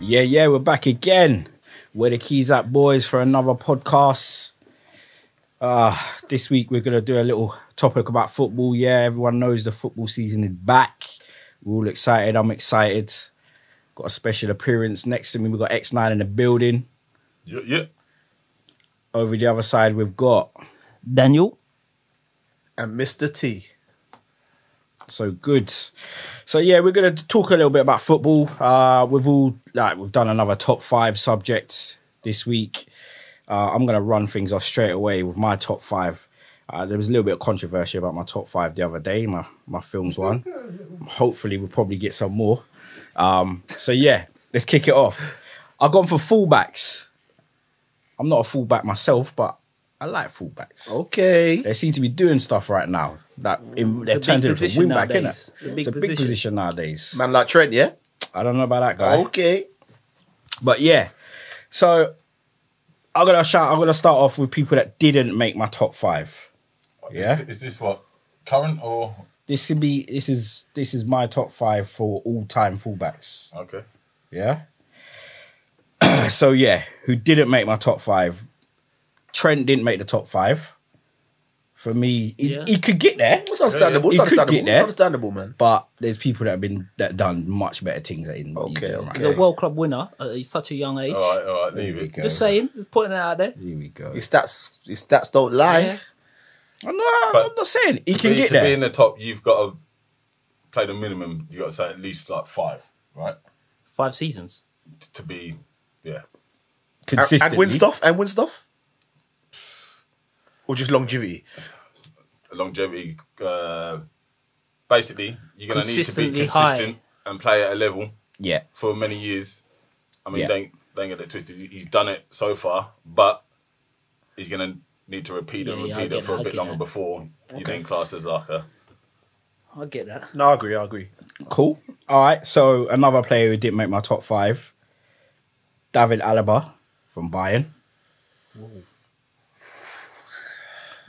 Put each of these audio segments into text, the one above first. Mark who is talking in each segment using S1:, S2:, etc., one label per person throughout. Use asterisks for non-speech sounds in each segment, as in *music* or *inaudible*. S1: Yeah, yeah, we're back again. Where the keys at, boys, for another podcast. Uh, this week we're gonna do a little topic about football. Yeah, everyone knows the football season is back. We're all excited. I'm excited. Got a special appearance next to me. We've got X9 in the building.
S2: Yeah, yeah.
S1: Over the other side, we've got
S3: Daniel.
S4: and Mr. T.
S1: So good. So yeah, we're gonna talk a little bit about football. Uh, we've all like we've done another top five subject this week. Uh, I'm gonna run things off straight away with my top five. Uh, there was a little bit of controversy about my top five the other day. My my films one. Hopefully, we'll probably get some more. Um, so yeah, let's kick it off. I've gone for fullbacks. I'm not a fullback myself, but I like fullbacks
S4: Okay.
S1: they seem to be doing stuff right now that in, they're
S3: a big
S1: turned into a
S3: position
S1: wing back, innit?
S3: nowadays.
S1: It's a big, position. nowadays.
S4: Man like Trent, yeah?
S1: I don't know about that guy,
S4: Okay.
S1: but yeah. So I'm gonna shout. I'm gonna start off with people that didn't make my top five. Yeah.
S2: Is, is this what current or
S1: This could be. This is this is my top five for all time fullbacks.
S2: okay?
S1: Yeah. *clears throat* so yeah, who didn't make my top five? Trent didn't make the top five. For me, he,
S3: Yeah.
S1: he could get there.
S4: It's understandable.
S1: He
S4: It's
S1: could get
S4: understandable.
S1: there.
S4: It's understandable, man.
S1: but there's people that have been that done much better things that in
S4: Okay, okay.
S3: He's a World Club winner at such a young age.
S2: All right, all right, leave
S1: we
S2: it.
S1: go.
S3: Just saying, just putting it out there.
S1: Here we go.
S4: His stats, his stats don't lie.
S3: Yeah.
S1: Oh, no,
S2: But-
S1: I'm not saying he
S2: For
S1: can
S2: you
S1: get
S2: to be
S1: there.
S2: in the top, you've got to play the minimum. You got to say at least like five, right?
S3: Five seasons.
S2: To be, yeah.
S4: And,
S1: consistently.
S4: and win stuff. And win stuff. Or just longevity.
S2: longevity. Uh, basically, you're going to need to be
S3: Consistently
S2: consistent
S3: high.
S2: and play at a level
S1: Yeah,
S2: for many years. I mean,
S1: Yeah.
S2: don't don't get it twisted. He's done it so far, but he's going to need to repeat and
S3: Yeah, yeah, I
S2: repeat
S3: get
S2: it for
S3: that,
S2: a
S3: I
S2: bit
S3: get
S2: longer
S3: that.
S2: before you then class as like a.
S3: I get that.
S4: No, I agree. I agree.
S1: cool. All right. So another player who didn't make my top five, David Alaba from Bayern.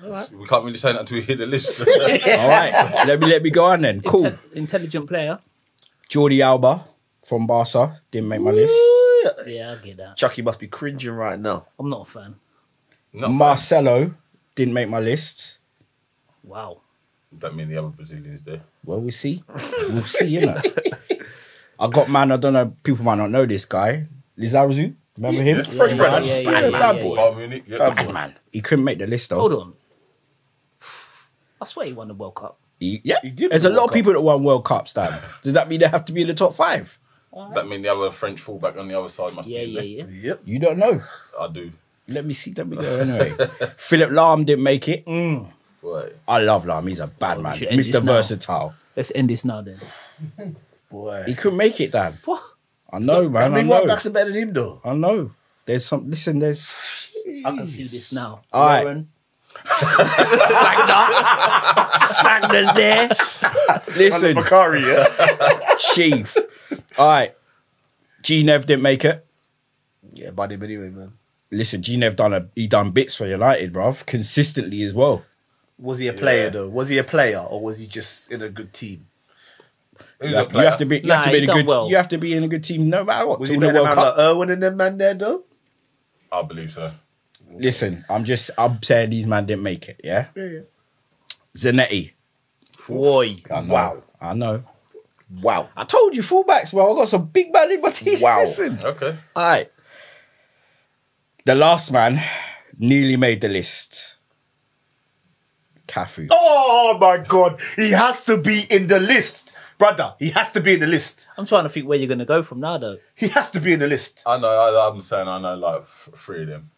S2: We can't really say that until we hear
S3: *laughs*
S2: the list. *laughs*
S1: All right. so let me let me go on then. Cool.
S3: Inte- intelligent player.
S1: Jordi Alba from Barca didn't make my list.
S3: Yeah, I get that.
S4: Chucky must be cringing right now.
S3: I'm not a fan.
S2: Not
S1: Marcelo didn't make my list.
S3: Wow.
S2: Don't mean the other Brazilians there.
S1: Well, we'll see. We'll see,
S2: *laughs*
S1: you know. I got man, I don't know, people might not know this guy. Lizarazu. Remember him?
S4: Fresh
S2: Yeah,
S4: bread.
S3: yeah, yeah,
S4: Bad
S3: yeah,
S4: bad
S3: yeah,
S4: boy.
S2: Bayern Munich, yeah.
S1: Bad man. He couldn't make the list though.
S3: Hold on. *sighs* I swear he won the World Cup.
S1: He- yeah.
S4: did
S1: There's a
S4: win
S1: lot
S4: World
S1: of people that won World
S3: *laughs*
S1: Cups, Dan. Does that mean they have to be in the top five?
S2: That mean the other French fullback on the other side must
S3: Yeah,
S2: be in
S3: yeah,
S2: there.
S3: yeah.
S4: Yep.
S1: You don't know.
S2: I do.
S1: Let me see. Let me go
S3: *laughs*
S1: anyway. Philip Lahm didn't make it.
S2: Right.
S1: I love Lahm. He's a bad man.
S3: Mm. Oh, should end this
S1: Mr.
S3: now.
S1: Versatile.
S3: Let's end this now then.
S1: He
S4: Boy.
S1: couldn't make it, Dan.
S3: What?
S1: I know, man. I
S4: Big right
S1: know.
S4: backs are better than him, though.
S1: I know. There's some. Listen, there's
S3: *laughs* I can see this now.
S1: All right.
S3: Lauren, *laughs*
S1: Sagna. Sagna's there. Listen,
S4: Bakari, yeah.
S1: Chief. All right. G Nev didn't make it.
S4: *laughs* yeah, by him anyway, man.
S1: Listen, G Nev done a he done bits for United, bruv. Consistently as well.
S4: Was he a player
S2: Yeah.
S4: though? Was he a player or was he just in a good team?
S2: Who's
S1: You have,
S2: a
S1: you
S2: player?
S1: have to be you have
S3: Nah,
S1: to be in
S3: he
S1: a
S3: done
S1: good
S3: well.
S1: you have to be in a good team no matter what.
S4: Was
S1: till
S4: he
S1: the
S4: better than
S1: World
S4: man
S1: Cup.
S4: like Irwin and them man there though?
S2: I believe so.
S1: Listen, I'm just I'm saying these man didn't make it, yeah? Zanetti.
S3: Boy.
S1: I know.
S4: Wow.
S1: I know.
S4: Wow.
S1: I told you fullbacks, bro. I got some big man in my team.
S4: Wow.
S1: Listen.
S2: Okay.
S1: All right. The last man nearly made the list. Cafu.
S4: Oh my god, he has to be in the list, brother. He has to be in the list.
S3: I'm trying to think where you're going to go from now though.
S4: He has to be in the list.
S2: I know. I, I'm saying I know like f- three of them.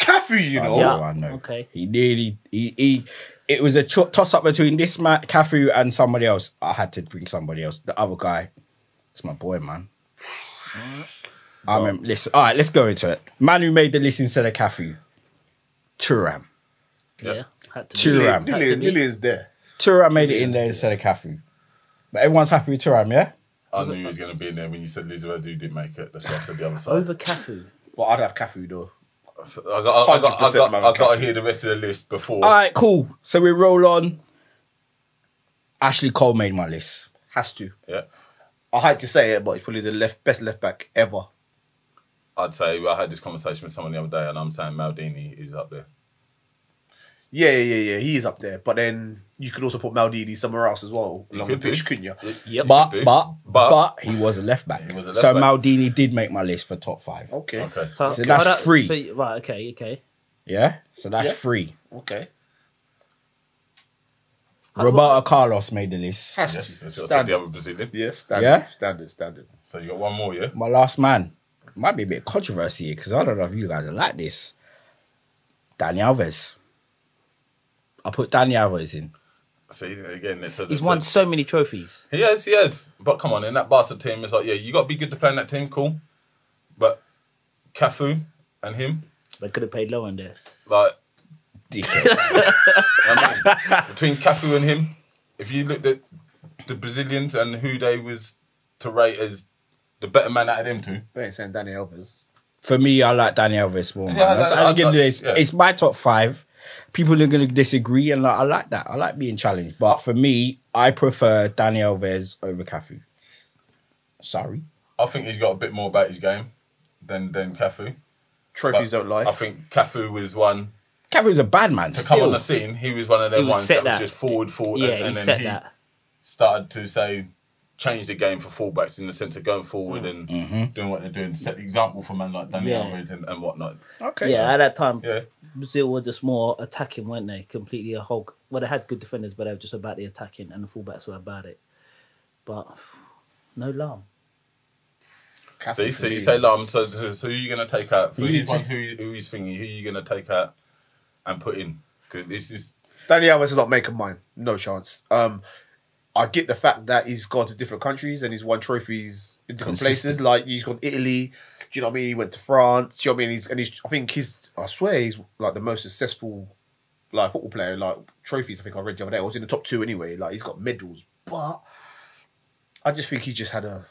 S4: Cafu, you know.
S3: Yeah.
S1: Oh, I know.
S3: okay.
S1: He nearly he, he it was a cho- toss up between this man Cafu and somebody else. I had to bring somebody else. The other guy, it's my boy, man. I mean, listen. All right, let's go into it. Man who made the list instead of Cafu, Turam.
S3: Yeah.
S2: Yeah.
S3: Had to
S1: Two
S3: be.
S1: rounds.
S3: Had to
S4: Lillian,
S3: be.
S4: Lillian's there.
S1: Turam made it in there instead of Cafu. But everyone's happy with Turam, yeah.
S2: I knew he was going to be in there when you said Lizardo didn't make it. That's why I said the other side.
S3: Over Cafu.
S4: But I'd have Cafu though.
S2: So I got, I got, I
S4: 100%
S2: got, I got,
S4: Mavakafi.
S2: to hear the rest of the list before.
S1: All right, cool. So we roll on. Ashley Cole made my list.
S4: Has to.
S2: yeah.
S4: I hate to say it, but he's probably the left best left back ever.
S2: I'd say I had this conversation with someone the other day, and I'm saying Maldini is up there.
S4: Yeah, yeah, yeah. yeah, He is up there, but then you could also put Maldini somewhere else as well along the
S2: could do.
S4: pitch, couldn't you?
S3: Yep.
S1: But,
S2: do.
S1: but
S2: But-
S1: but he was a left back.
S2: *laughs* He was a left
S1: so
S2: back.
S1: Maldini did make my list for top five.
S4: Okay, okay,
S2: Okay.
S1: So that's
S3: that-
S1: three.
S3: so- right. Okay. Okay.
S1: Yeah, so that's
S4: Yeah.
S1: three.
S4: okay.
S1: Roberto Carlos made the list.
S4: Has
S2: Yes,
S4: to
S2: that's what I said, the
S4: standard.
S2: other Brazilian.
S4: Yeah, standard,
S1: Yeah?
S4: standard, standard.
S2: So you got one more, yeah?
S1: My last man might be a bit controversy here because I don't know if you guys are like this. Danny Alves. I put Danny Alves in.
S2: See, again, it's a,
S3: He's
S2: it's
S3: won
S2: a-
S3: so many trophies.
S2: He has, he has. But come on, in that Barca team, it's like, yeah, you got to be good to play in that team, cool. But Cafu and him,
S3: They could have paid low on there.
S2: like, *laughs*
S1: Dickhead.
S2: I mean, between Cafu and him, if you looked at the Brazilians and who they was to rate as the better man out of them two,
S4: They ain't saying Danny Elvis.
S1: For me, I like Danny Alves more. man.
S2: Yeah, I like-
S1: I, I,
S2: I
S1: give
S2: like-
S1: this-
S2: yeah.
S1: It's my top five. People are going to disagree, and like, I like that. I like being challenged. But for me, I prefer Danny Alves over Cafu. Sorry.
S2: I think he's got a bit more about his game than than Cafu.
S4: Trophies don't lie.
S2: I think Cafu was one
S1: Cafu's a bad man.
S2: to come
S1: still.
S2: on the scene. He was one of them
S3: He was
S2: ones
S3: set
S2: that, was
S3: that.
S2: just forward, forward,
S3: Yeah,
S2: and,
S3: he
S2: and then
S3: said
S2: he
S3: that.
S2: started to say change the game for fullbacks in the sense of going
S3: Mm.
S2: forward and
S3: Mm-hmm.
S2: doing what they're doing, set the example for men like Danny
S3: Yeah.
S2: Alves and, and whatnot.
S1: Okay.
S3: Yeah, at that time,
S2: Yeah.
S3: Brazil were just more attacking, weren't they? Completely a whole. Well, they had good defenders, but they were just about the attacking, and the fullbacks were about it. But no alarm.
S2: So you,
S4: Cafu
S2: so
S4: for
S2: you
S4: me
S2: say
S4: is-
S2: Lam, so, so, so who you going to take out? For
S1: Who you
S2: these
S1: take-
S2: ones, who, who is thingy, who you going to take out and put in? Because this is,
S4: Danny Alves is not making mine. No chance. Um, I get the fact that he's gone to different countries and he's won trophies in different
S1: Consistent.
S4: places. Like he's gone to Italy. Do you know what I mean? He went to France. Do you know what I mean? He's, and he's. I think he's. I swear he's like the most successful, like football player. Like trophies. I think I read the other day. I was in the top two anyway. Like he's got medals, but I just think he just had a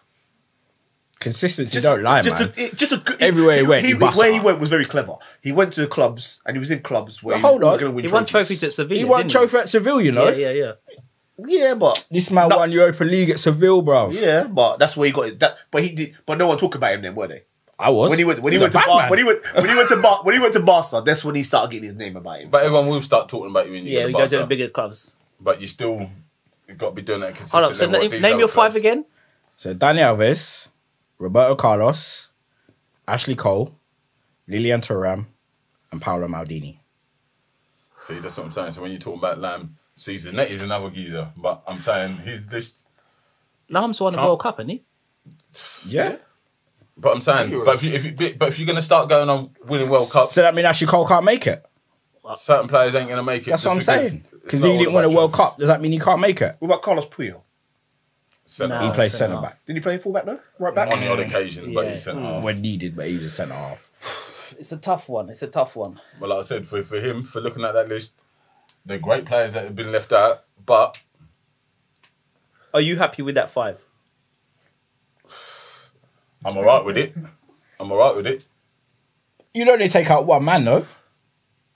S1: Consistency don't lie,
S4: just
S1: man.
S4: A, it- just a good,
S1: Everywhere he went, he busts
S4: where he
S1: up.
S4: went was very clever. He went to clubs and he was in clubs where
S1: Now, hold
S4: he was
S1: on.
S4: going to win.
S3: He won trophies at Sevilla.
S1: he won
S3: didn't
S1: trophy at Seville, you know.
S3: Yeah, yeah, yeah.
S4: Yeah, but
S1: This man
S4: No.
S1: won Europa League at Seville, bro.
S4: Yeah, but that's where he got it. That, but he did. But no one talked about him then, were they?
S1: I was.
S4: When he went, when he
S1: He's a
S4: went to
S1: bad
S4: Bar,
S1: man.
S4: when he went, when he went to Bar, when he went to Barca, that's when he started getting his name about him.
S2: but everyone will start talking about you when you
S3: Yeah,
S2: go
S3: we
S2: to
S3: go to the
S2: Barca,
S3: bigger clubs.
S2: But you still got to be doing that consistently.
S3: Hold up. So
S2: what
S3: name,
S2: these
S3: name
S2: other
S3: your five
S2: clubs-
S3: again.
S1: So Danny Alves, Roberto Carlos, Ashley Cole, Lilian Thuram, and Paolo Maldini.
S2: See, that's what I'm saying. So when you're talking about Lam, see, Zanetti is another geezer, but I'm saying his list.
S3: Lamb's won the
S2: Can't-
S3: World Cup, hasn't he?
S1: Yeah.
S2: But I'm saying, but if, you, if you, but if you're going to start going on winning World Cups,
S1: So that mean Ashley Cole can't make it?
S2: certain players ain't going to make it.
S1: That's
S2: just
S1: what I'm
S2: because
S1: saying.
S2: it's
S1: Because
S2: not
S1: he
S2: all
S1: didn't win a
S2: about
S1: World
S2: trophies.
S1: Cup, does that mean he can't make it?
S4: what about Carlos Puyol?
S2: Centre
S3: Nah.
S1: He
S2: half.
S1: plays
S3: centre
S1: centre
S3: half.
S1: back
S4: Did he play fullback though? Right back.
S2: on the odd occasion, but "Oh."
S3: Yeah. Mm.
S2: he's centre half.
S1: when needed, but he was centre half.
S3: It's a tough one. It's a tough one.
S2: But like I said, for, for him, for looking at that list, the great players that have been left out, but
S3: Are you happy with that five?
S2: I'm all right with it. I'm all right with it.
S1: You'd only take out one man though.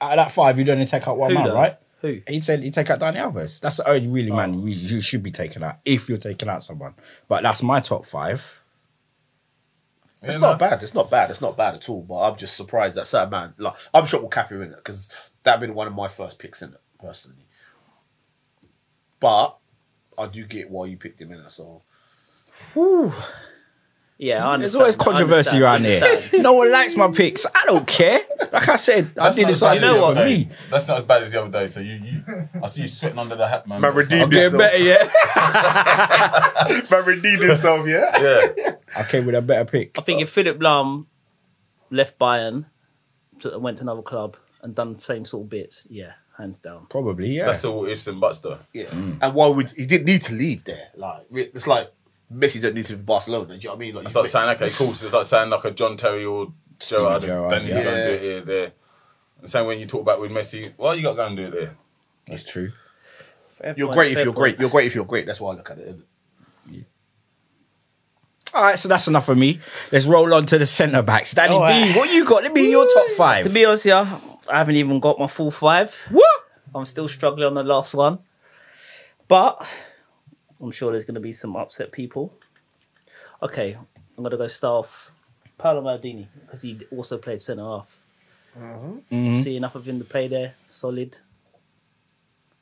S1: Out of that five, you'd only take out one
S3: Who
S1: man,
S3: though?
S1: right?
S3: Who? Oh.
S1: He said he take out Danny Alves. That's the only really man you, you should be taking out if you're taking out someone. But that's my top five.
S4: It's
S2: You
S4: not
S2: know?
S4: bad. It's not bad. It's not bad at all. But I'm just surprised that certain man. Like I'm shocked with Cafu in it because that'd been one of my first picks in it personally. But I do get why you picked him in it. So
S3: Yeah, I understand.
S1: There's always
S3: I
S1: controversy
S3: understand.
S1: around
S3: *laughs*
S1: here. no one likes my picks. I don't care. Like I said, I did
S2: not
S1: this
S3: you
S1: last
S2: as bad as
S3: know
S1: year
S2: the
S1: for
S3: what,
S2: other
S1: me.
S2: day. That's not as bad as the other day. So you, you I see you sweating under the hat, man.
S4: Man,
S2: That's-
S4: redeem
S3: *laughs*
S2: I'm-
S4: yourself.
S1: Getting better, yeah.
S4: but redeemed himself, yeah.
S2: Yeah,
S1: I came with a better pick.
S3: I think if Philip Lahm left Bayern, to- went to another club and done the same sort of bits, yeah, hands down.
S1: Probably, yeah.
S2: that's all ifs and buts, though.
S4: Yeah. And why would he didn't need to leave there? Like re- it's like Messi don't need to leave Barcelona. Do you know what I mean? Like,
S2: It's like saying, okay, cool. So it's like saying like a John Terry or Gerard.
S1: Gerrard,
S2: Then you
S1: yeah.
S2: go and do it here, there. And same when you talk about with Messi, well, you got to go and do it there.
S1: That's true.
S4: You're great if you're great. You're great if you're great. That's why I look at it. *laughs* innit?
S1: All right, so that's enough of me. Let's roll on to the centre backs. Danny
S3: All right.
S1: B, what you got? Let me in your top five.
S3: To be honest, yeah, I haven't even got my full five.
S1: what?
S3: I'm still struggling on the last one, but I'm sure there's going to be some upset people. Okay, I'm gonna go start off Paolo Maldini because he also played centre half.
S4: Mm-hmm.
S3: See enough of him to play there, solid.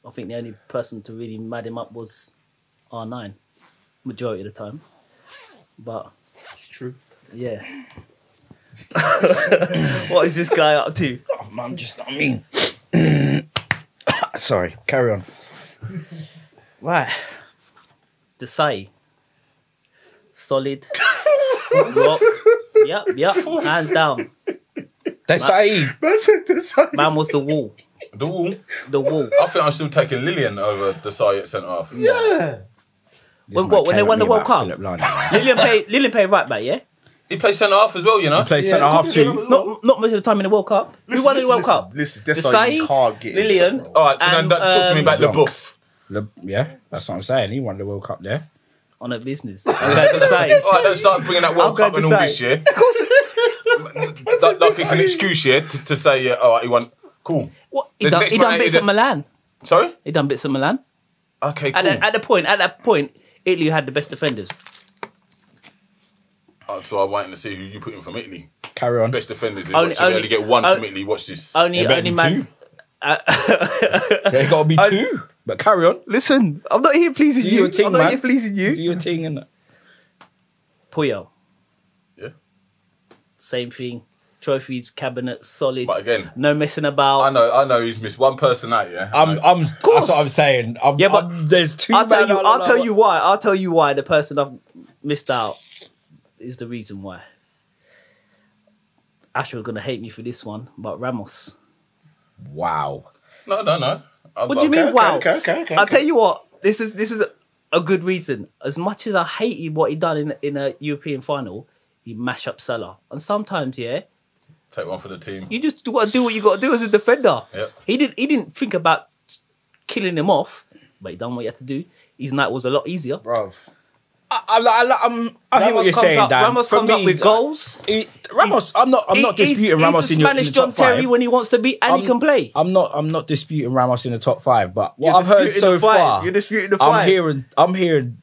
S3: I think the only person to really mad him up was R9, majority of the time. But
S4: It's true.
S3: yeah.
S4: *laughs*
S3: *laughs* what is this guy up to?
S1: Oh, man, just not mean.
S3: *coughs*
S1: Sorry, carry on.
S3: Right. Desai.
S4: *laughs*
S3: Solid. Rock. Yep, yep. Hands down.
S1: That's Saeed.
S4: That's it. That's it.
S3: Man was the wall.
S2: The wall.
S3: The wall.
S2: I think I'm still taking Lillian over Desai at centre half. Yeah.
S4: Yeah.
S3: When- what, when they won the World Cup?
S1: Philip Lana.
S3: Lillian played Lillian played right back, yeah?
S2: He plays centre half as well, you know.
S1: Play centre half two.
S3: Not not much of the time in the World Cup. Who won the World Cup?
S4: Listen, that's how you
S3: Desai,
S4: can't get him.
S3: Lillian.
S2: All right, so
S3: And,
S2: then that, talk to me
S3: um,
S2: about the
S1: Blanc.
S2: buff.
S1: Le- yeah, that's what I'm saying. He won the World Cup there.
S3: On a business. I'm glad Desai.
S2: *laughs* All right, don't start bringing that World
S3: I'll go
S2: Cup and all
S3: Desai.
S2: this year. That- like it's an excuse, yeah, to, to say, yeah, all right, he won. Cool.
S3: What? He
S2: The
S3: done,
S2: next
S3: he done
S2: one,
S3: bits
S2: he
S3: at
S2: did-
S3: Milan.
S2: Sorry.
S3: He done bits at Milan.
S2: Okay.
S3: At,
S2: Cool.
S3: that- at the point, at that point, Italy had the best defenders.
S2: Oh, so I'm waiting to see who you put in from Italy.
S1: Carry on.
S2: Best defenders. In
S3: Only-
S2: only, so we
S3: only-
S2: only get one
S3: oh-
S2: from Italy. Watch this.
S3: Only
S1: There better
S3: only
S1: be
S3: man
S1: two. There got to be two. But carry on.
S3: Listen, I'm not here pleasing
S1: Do your thing, man. Do your thing and
S3: Puyo,
S2: Yeah.
S3: same thing. Trophies, cabinet, solid.
S2: But again-
S3: no messing about.
S2: I know. I know. He's missed one person out. Yeah.
S1: I'm.
S2: Like,
S1: I'm. That's what I'm saying. I'm,
S3: Yeah, but
S1: I'm- there's two.
S3: I'll tell
S1: man
S3: you.
S1: I don't
S3: I'll
S1: know
S3: tell
S1: what-
S3: you why. I'll tell you why the person I've missed out is the reason why. Asher was gonna hate me for this one, but Ramos.
S1: Wow.
S2: no, no, no. I'm
S3: What do you
S2: okay.
S3: mean? wow.
S4: okay, okay, okay,
S3: I'll
S4: okay.
S3: tell you what. This is this is a good reason. As much as I hated what he done in in a European final, he mash up Salah. And sometimes, yeah,
S2: Take one for the team.
S3: You just got to do what you got to do as a defender.
S2: Yep.
S3: He didn't. He didn't think about killing him off, but he done what he had to do. His night was a lot easier.
S4: Bruv.
S1: I, I, I, am I hear what
S3: Ramos
S1: you're
S3: comes
S1: saying,
S3: up,
S1: Dan.
S3: Ramos
S1: For
S3: comes up
S1: me,
S3: with goals.
S1: he- Ramos, I'm not. I'm
S3: He-
S1: not
S3: he's-
S1: disputing
S3: he's
S1: Ramos
S3: a
S1: in, your, in
S3: Spanish
S1: the
S3: John
S1: top five.
S3: Terry when he wants to be, and he
S1: I'm-
S3: can play.
S1: I'm not. I'm not disputing Ramos in the top five, but what
S3: You're
S1: I've heard
S3: disputing
S1: so
S3: the five.
S1: far,
S3: You're disputing the
S1: I'm
S3: five.
S1: hearing. I'm hearing.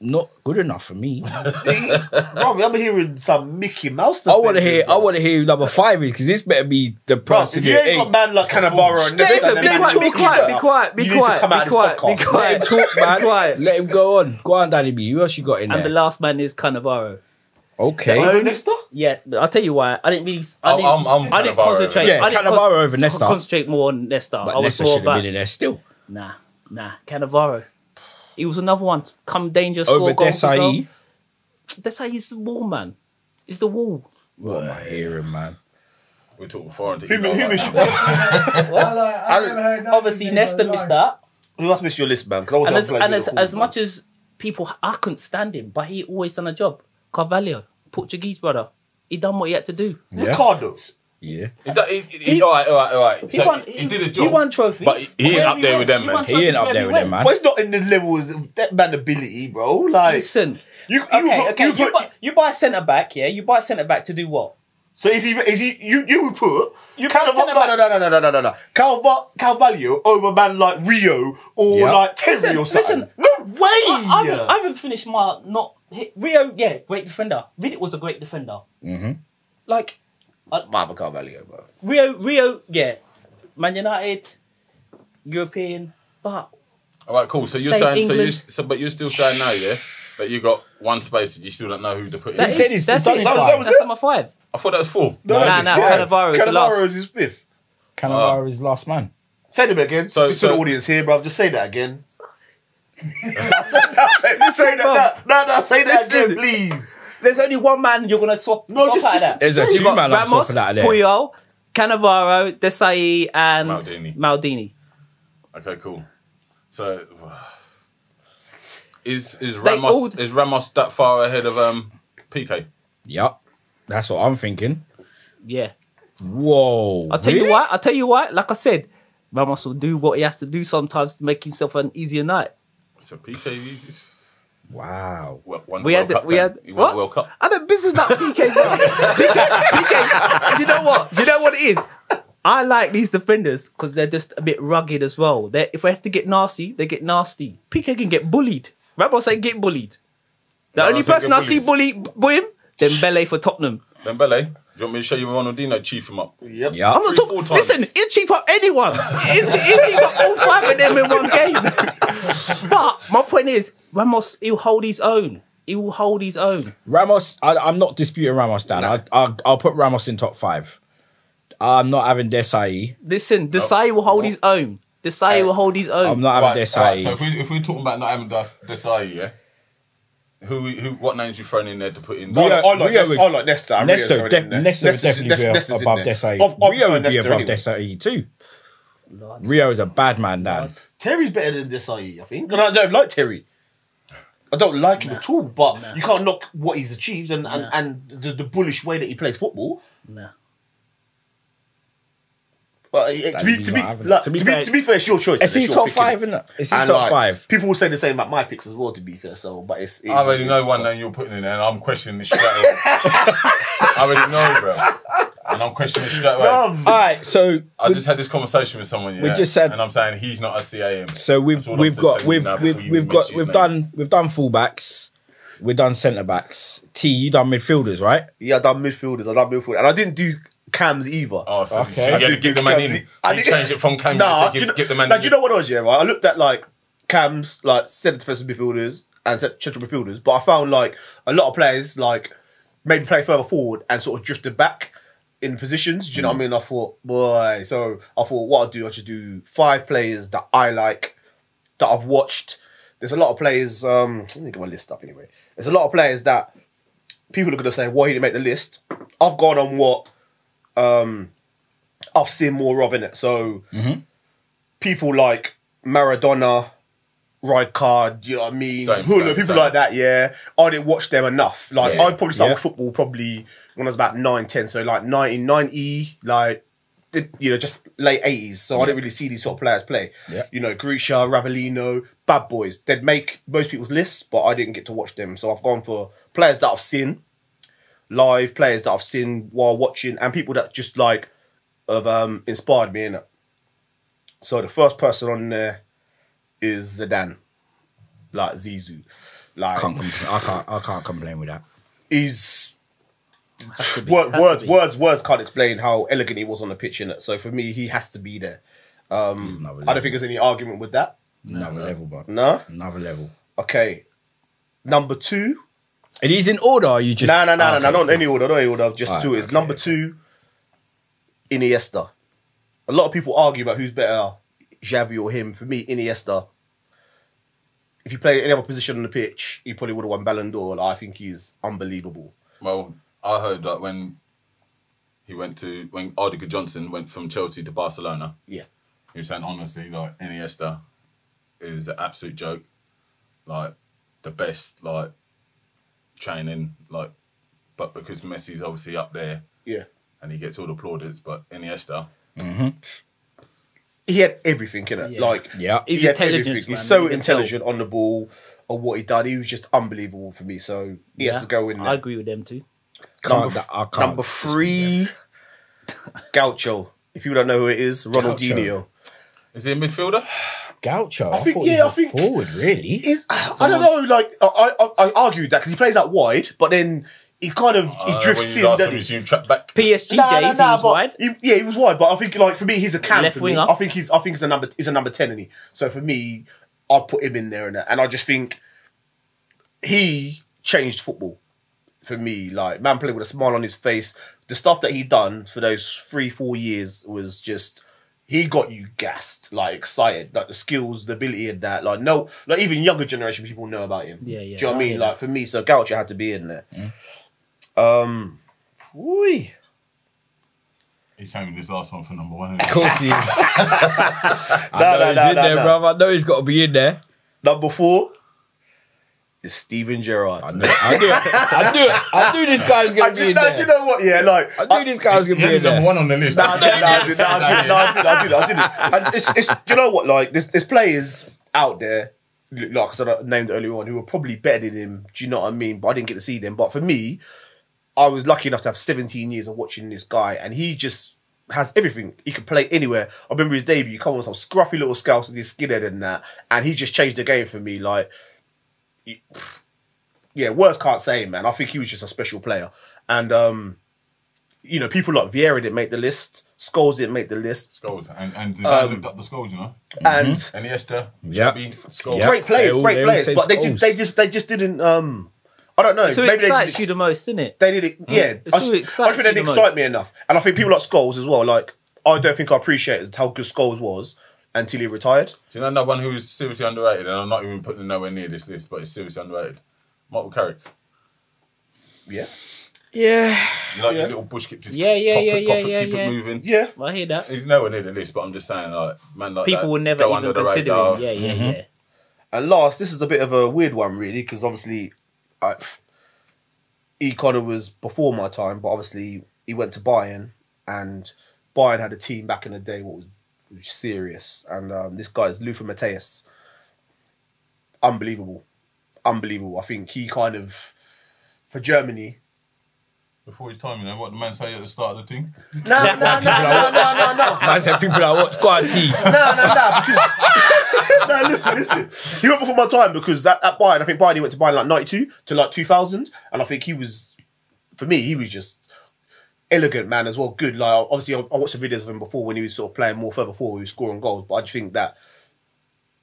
S1: Not good enough for me.
S4: Bruv, I'm hearing some Mickey Mouse.
S1: I want to hear. I want to hear who number five is because this better be the
S4: Bruv,
S1: person.
S4: if you ain't got man like Cannavaro and this
S3: Listen,
S1: Listen,
S4: and
S1: be
S4: then
S3: be,
S4: man
S1: quiet,
S3: quiet,
S1: be
S3: be
S4: talking
S1: quiet,
S3: quiet,
S4: about-
S3: be quiet, be
S4: you need
S3: quiet, be
S4: to come out of
S3: quiet,
S4: this
S3: be
S4: podcast.
S1: Let him
S3: quiet,
S1: talk, man.
S3: quiet.
S1: Let him go on. Go on, Danny B. Who else you got in
S3: And the
S1: there?
S3: last man is Cannavaro.
S1: okay.
S4: Over Nesta?
S3: Yeah, but I'll tell you why. I didn't really. I
S2: I'm-
S3: didn't,
S2: I'm- I'm
S3: I did not
S2: Cannavaro.
S3: concentrate.
S1: Yeah,
S3: I didn't
S1: Cannavaro over Nesta.
S3: Concentrate more on Nesta. I
S1: But
S3: was
S1: Leicester
S3: more
S1: should have
S3: about
S1: been in there still.
S3: Nah, nah. Cannavaro. He was another one. Come danger, score
S1: Over
S3: goals. as well.
S1: Desai.
S3: Desai is the wall, man. He's the wall.
S1: What am I hearing, man?
S2: We're talking foreign to
S4: Who,
S2: you. know,
S4: who,
S2: like,
S4: missed,
S2: no.
S3: Obviously, Nesta missed that.
S4: who else missed your list, man? Because I
S3: And
S4: was
S3: as,
S4: like,
S3: and as, as much as people, I couldn't stand him, but he always done a job. Carvalho, Portuguese brother. He done what he had to do.
S4: Ricardo.
S1: Yeah.
S2: He, do- he, he, he, all right, all right, all right.
S3: He
S2: so
S3: won.
S2: he, he did a job.
S3: He won trophies.
S2: But he- he ain't
S3: Wherever
S2: up there
S3: went,
S2: with them,
S3: he
S2: man.
S3: won
S2: He
S1: He ain't
S3: trophies
S1: up there
S3: wherever
S1: with
S3: he went.
S1: them, man.
S4: But it's not in the levels of that man ability, bro. Like,
S3: Listen,
S4: you, you,
S3: okay,
S4: put-
S3: okay.
S4: you
S3: You,
S4: put-
S3: buy, you buy a centre back, yeah. You buy a centre back to do what?
S4: So is he? Is he? You you would put
S3: You put
S4: Calva-
S3: Senegal-
S4: no, no, no, no, no, no, no, no. Calva- Calvalho over a man like Rio or
S1: Yeah.
S4: like Terry
S3: Listen,
S4: or something.
S3: listen.
S4: no way.
S3: I, I, haven't, I haven't finished my not hit, Rio. Yeah, great defender. Vidic was a great defender. Mm-hmm. Like
S4: Mama Carvalho, bro.
S3: Rio, Rio. Yeah, Man United, European. But
S2: All right, cool. So you're
S3: Say
S2: saying, so you,
S3: England.
S2: so, but you're still saying now, yeah, that you got one space and you still don't know who to put in.
S3: that
S1: said
S3: is, that's
S1: it's- that
S3: it.
S1: was-
S4: that was
S3: that's
S4: it.
S3: my five.
S2: I thought that was four.
S4: No,
S3: Nah,
S4: he's
S3: nah,
S4: fifth.
S3: Cannavaro is
S4: Cannavaro
S3: last.
S4: is his fifth.
S1: Cannavaro is last man.
S4: Say that again.
S2: So-
S4: Just to the
S2: so-
S4: audience here, bro. Just say that again. say, say that, no, no, no, say that again,
S3: Listen.
S4: please.
S3: There's only one man you're gonna swap.
S4: No,
S3: swap
S4: just-
S3: out of
S4: just-
S3: that.
S1: There's a
S4: So you
S1: two
S3: You got
S1: man I'm
S3: Ramos,
S1: swapping out of there.
S3: Puyol, Cannavaro, Desai, and
S2: Maldini.
S3: Maldini.
S2: Okay, cool. So *sighs* is is
S3: They
S2: Ramos
S3: all-
S2: is Ramos that far ahead of um PK?
S1: Yup. That's what I'm thinking.
S3: Yeah.
S1: Whoa.
S3: I'll tell you what. I'll tell you what. Like I said, Ramos will do what he has to do sometimes to make himself an easier night.
S2: So PK uses
S1: Wow.
S2: well, one
S3: We
S2: World
S3: had,
S2: Cup
S3: we
S2: then.
S3: had
S2: he
S3: what?
S2: won World Cup.
S3: I don't business *laughs* about PK. bro. PK, PK. Do you know what? Do you know what it is? I like these defenders because they're just a bit rugged *laughs* as well. They, if they have to get nasty, they get nasty. PK can get bullied. Ramos ain't get bullied. The
S2: No,
S3: only
S2: I think
S3: person
S2: they're
S3: I see bully bully him, then Bele for Tottenham.
S2: Dembele, do you want me to show you Ronaldinho chief him up?
S4: Yep.
S1: Yeah.
S3: I'm not
S2: Three, four
S3: talking.
S2: times.
S3: Listen, he'll cheap up anyone. He'll, he'll cheap up all five of them in one game. *laughs* but my point is, Ramos, he'll hold his own. He will hold his own.
S1: Ramos, I, I'm not disputing Ramos, Dan. I, I, I'll put Ramos in top five. I'm not having Desai.
S3: Listen,
S4: Oh.
S3: Desai will hold his own. Desai will hold his own.
S1: I'm not having
S2: Right,
S1: Desai.
S2: right, so if, we, if we're talking about not having Das- Desai, yeah, who we- who what names you thrown in there to put in?
S1: Rio-
S4: I
S1: Rio
S4: like, Nesta,
S1: would-
S4: I like Nesta. I really
S1: Nesta,
S4: enjoyed
S1: de-
S4: him there.
S1: Nesta
S4: Nesta's-
S1: would definitely
S4: Nesta's-
S1: be
S4: Nesta's in
S1: above
S4: there.
S1: Desai.
S4: I'll- I'll
S1: Rio
S4: put
S1: would be
S4: Nesta
S1: above
S4: anyway.
S1: Desai too. Rio is a bad man, Dan.
S4: Terry's better than Desai, I think. And I don't like Terry. I don't like him at all, but you can't knock what he's achieved and, and, and the, the bullish way that he plays football.
S3: Um, Nah.
S4: But uh, to, be,
S1: means
S4: to, be,
S1: not having it.
S4: like,
S1: To
S4: to,
S1: be
S4: be,
S1: fair-
S4: to be fair, it's your choice.
S1: It's
S4: and
S1: his
S4: your
S1: top
S4: picking.
S1: five, isn't it? It's his
S4: And,
S1: top
S4: like,
S1: five.
S4: People will say the same about my picks as well, to be fair. So, but it's. it's
S2: I already know
S4: it's-
S2: one name you're putting in there, and I'm questioning it straight away.
S1: *laughs*
S2: I already know, bro, and I'm questioning it straight away.
S4: Um,
S1: All right, so
S2: I just had this conversation with someone, yeah,
S1: we just said-
S2: and I'm saying he's not a CAM.
S1: So we've
S2: That's all I'm
S1: we've
S2: just
S1: got
S2: telling you
S1: we've
S2: now before
S1: we've
S2: you
S1: we've got
S2: mention his
S1: we've
S2: name.
S1: done we've done fullbacks, we've done centre backs. T, you done midfielders, right?
S4: yeah, I done midfielders. I done midfielders. And I didn't do cams either.
S2: Oh, so
S1: Okay.
S2: you got to give the man in. So
S4: I
S2: you
S4: did-
S2: changed it from Kane
S4: *laughs* Nah,
S2: to
S4: do you
S2: give,
S4: know,
S2: give the man
S4: nah,
S2: in.
S4: do you know what it was? Yeah, right. I looked at like cams, like centre defensive midfielders and cent- central midfielders, but I found like a lot of players like maybe play further forward and sort of drifted back in positions. Do you know what
S2: Mm.
S4: I mean? I thought, boy. So I thought, what I'll do, I should do five players that I like that I've watched. There's a lot of players. Um, let me get my list up anyway. There's a lot of players that people are going to say, "Why he didn't make the list?" I've gone on what um, I've seen more of in it. So
S2: Mm-hmm.
S4: people like Maradona, Rijkaard, you know what I mean?
S2: Same,
S4: Hula,
S2: same,
S4: people
S2: same.
S4: like that. Yeah, I didn't watch them enough. Like
S1: Yeah.
S4: I'd probably start
S1: Yeah.
S4: with football probably when I was about 9, 10. So like 1990, like the- you know, just late eighties, so I didn't really see these sort of players play.
S1: Yeah.
S4: You know, Grisha, Ravelino, Bad Boys. They'd make most people's lists, but I didn't get to watch them. So I've gone for players that I've seen live, players that I've seen while watching, and people that just like have um, inspired me in it. So the first person on there is Zidane, like Zizou, like
S1: Can't compl- I can't I can't complain with that.
S4: is
S3: Has to be.
S4: wor-
S3: Has to
S4: words
S3: be.
S4: words words can't explain how elegant he was on the pitch in it. So for me, he has to be there. Um,
S1: another
S4: I
S1: level.
S4: don't think there's any argument with that.
S1: Another level, bro.
S4: No.
S1: Another level.
S4: Okay. Number two.
S1: It is in order. Or you just
S4: No, no, no,
S1: Ah,
S4: no, no.
S1: okay,
S4: Not any order. Not any order. Just
S1: Alright,
S4: two is
S1: okay,
S4: number
S1: okay.
S4: two. Iniesta. A lot of people argue about who's better, Xavi or him. For me, Iniesta. If you play any other position on the pitch, he probably would have won Ballon d'Or. Like, I think he's unbelievable.
S2: Well, I heard that when he went to when Ardica Johnson went from Chelsea to Barcelona,
S4: Yeah.
S2: he was saying honestly, like Iniesta is an absolute joke. Like the best, like training, like but because Messi's obviously up there
S4: Yeah.
S2: and he gets all the plaudits, but Iniesta,
S4: he had everything in it.
S3: Yeah.
S4: Like
S1: Yeah.
S4: he
S3: His
S4: had
S3: intelligence,
S4: everything.
S3: man,
S4: He's
S3: you
S4: so
S3: can tell.
S4: intelligent on the ball of what he done. He was just unbelievable for me. So he has to go in
S3: I
S4: there.
S3: agree with them too.
S1: Can't,
S4: f-
S1: I can't.
S4: number three, Gaucho. If you don't know who it is, Ronaldinho.
S2: is he a midfielder?
S1: Gaucho. I,
S4: think-
S1: thought
S4: yeah,
S1: he's a
S4: I think-
S1: forward really.
S4: Is I don't know. Like I, I, I argued that because he plays out wide, but then he kind of he
S2: Uh,
S4: drifts
S2: when you
S4: in.
S2: last
S4: Doesn't
S2: time
S4: he?
S2: you seen him track back.
S3: PSG
S4: Nah, nah,
S3: Jays,
S4: nah,
S3: he was
S4: but
S3: wide.
S4: he- yeah, he was wide, but I think like for me, he's a cam.
S3: Left
S4: for me.
S3: winger.
S4: I think he's. I think he's a number. He's a number ten, and he. So for me, I put him in there, and and I just think he changed football for me. Like man played with a smile on his face. The stuff that he done for those three, four years was just. He got you gassed, like excited, like the skills, the ability of that. Like no, like even younger generation people know about him.
S3: Yeah, yeah,
S4: Do you know
S3: I
S4: what I
S3: hear
S4: mean?
S3: that.
S4: Like for me, so Gaucho had to be in there. Um, whee.
S2: He's saying this last one for number one.
S1: Of course
S4: *laughs*
S1: he is. I
S4: No,
S1: know
S4: no,
S1: he's
S4: no,
S1: in
S4: no,
S1: there,
S4: no.
S1: bruv. I know he's got to be in there.
S4: Number four is Steven Gerrard. I,
S1: I knew it. I knew it. *laughs* I knew, it. I knew this guy's gonna be
S4: do,
S1: in
S4: no,
S1: there.
S4: do you know what? Yeah, like
S1: I knew this guy's gonna be
S2: He had
S1: in there.
S2: number one on the list.
S4: Nah, I did, nah, I did, nah, I did, nah, I did, I did, I did, I did. And it's, it's, do you know what? Like, there's, there's players out there, like I said, I named earlier on, who are probably better than him. Do you know what I mean? But I didn't get to see them. But for me, I was lucky enough to have 17 years of watching this guy, and he just has everything. He could play anywhere. I remember his debut. He come on some scruffy little scouts with his skinhead and that, and he just changed the game for me. Like, he- yeah, words can't say, man. I think he was just a special player. And um, you know, people like Vieira didn't make the list, Scholes didn't make the list,
S2: Skulls. And, and Zidane looked up the skulls, you know?
S3: Mm-hmm.
S4: and
S2: Iniesta,
S1: Yep.
S2: Xabi, Scholes.
S1: Yep.
S4: great players,
S1: They all- they
S4: great
S1: all
S4: players,
S1: say
S4: but they
S1: Scholes.
S4: just they just they just didn't. Um, I don't know.
S3: So it
S4: maybe they
S3: excites
S4: just,
S3: you the most, isn't it?
S4: They didn't. Yeah,
S3: It's
S4: I,
S3: who
S4: just- I
S3: excites
S4: think they
S3: you the
S4: didn't excite
S3: most.
S4: me enough, and I think people like Scholes as well. Like I don't think I appreciated how good Scholes was until he retired.
S2: Do you know another one who is seriously underrated? And I'm not even putting him nowhere near this list, but it's seriously underrated. Michael Carrick.
S4: Yeah,
S1: Yeah.
S2: You like
S4: Yeah.
S2: your little bush keep just
S3: Yeah, yeah,
S2: pop
S3: yeah,
S2: it, pop
S3: yeah,
S2: it,
S3: yeah,
S2: keep
S3: yeah.
S2: it moving.
S4: yeah.
S3: I hear that.
S2: He's nowhere near the list, but I'm just saying, like, man, like
S3: People
S2: that,
S3: will never
S2: go under
S3: even
S2: the
S3: consider
S2: radar.
S3: him. Yeah, yeah, yeah.
S4: And last, this is a bit of a weird one, really, because obviously, I, E. Connor was before my time, but obviously he went to Bayern, and Bayern had a team back in the day what was, was serious, and um, this guy is Luther Mateus. Unbelievable, unbelievable. I think he kind of for Germany.
S2: Before his time, you know what the man say at the start of the thing.
S4: No, no, no, no, no, no, no.
S1: I said people that watch Guarantee.
S4: No, no, no. Because *laughs* no, listen, listen. He went before my time because at, at Bayern, I think Bayern he went to Bayern like '92 to like 2000, and I think he was, for me, he was just elegant man as well. Good, like obviously I, I watched the videos of him before when he was sort of playing more further forward, he was scoring goals, but I just think that,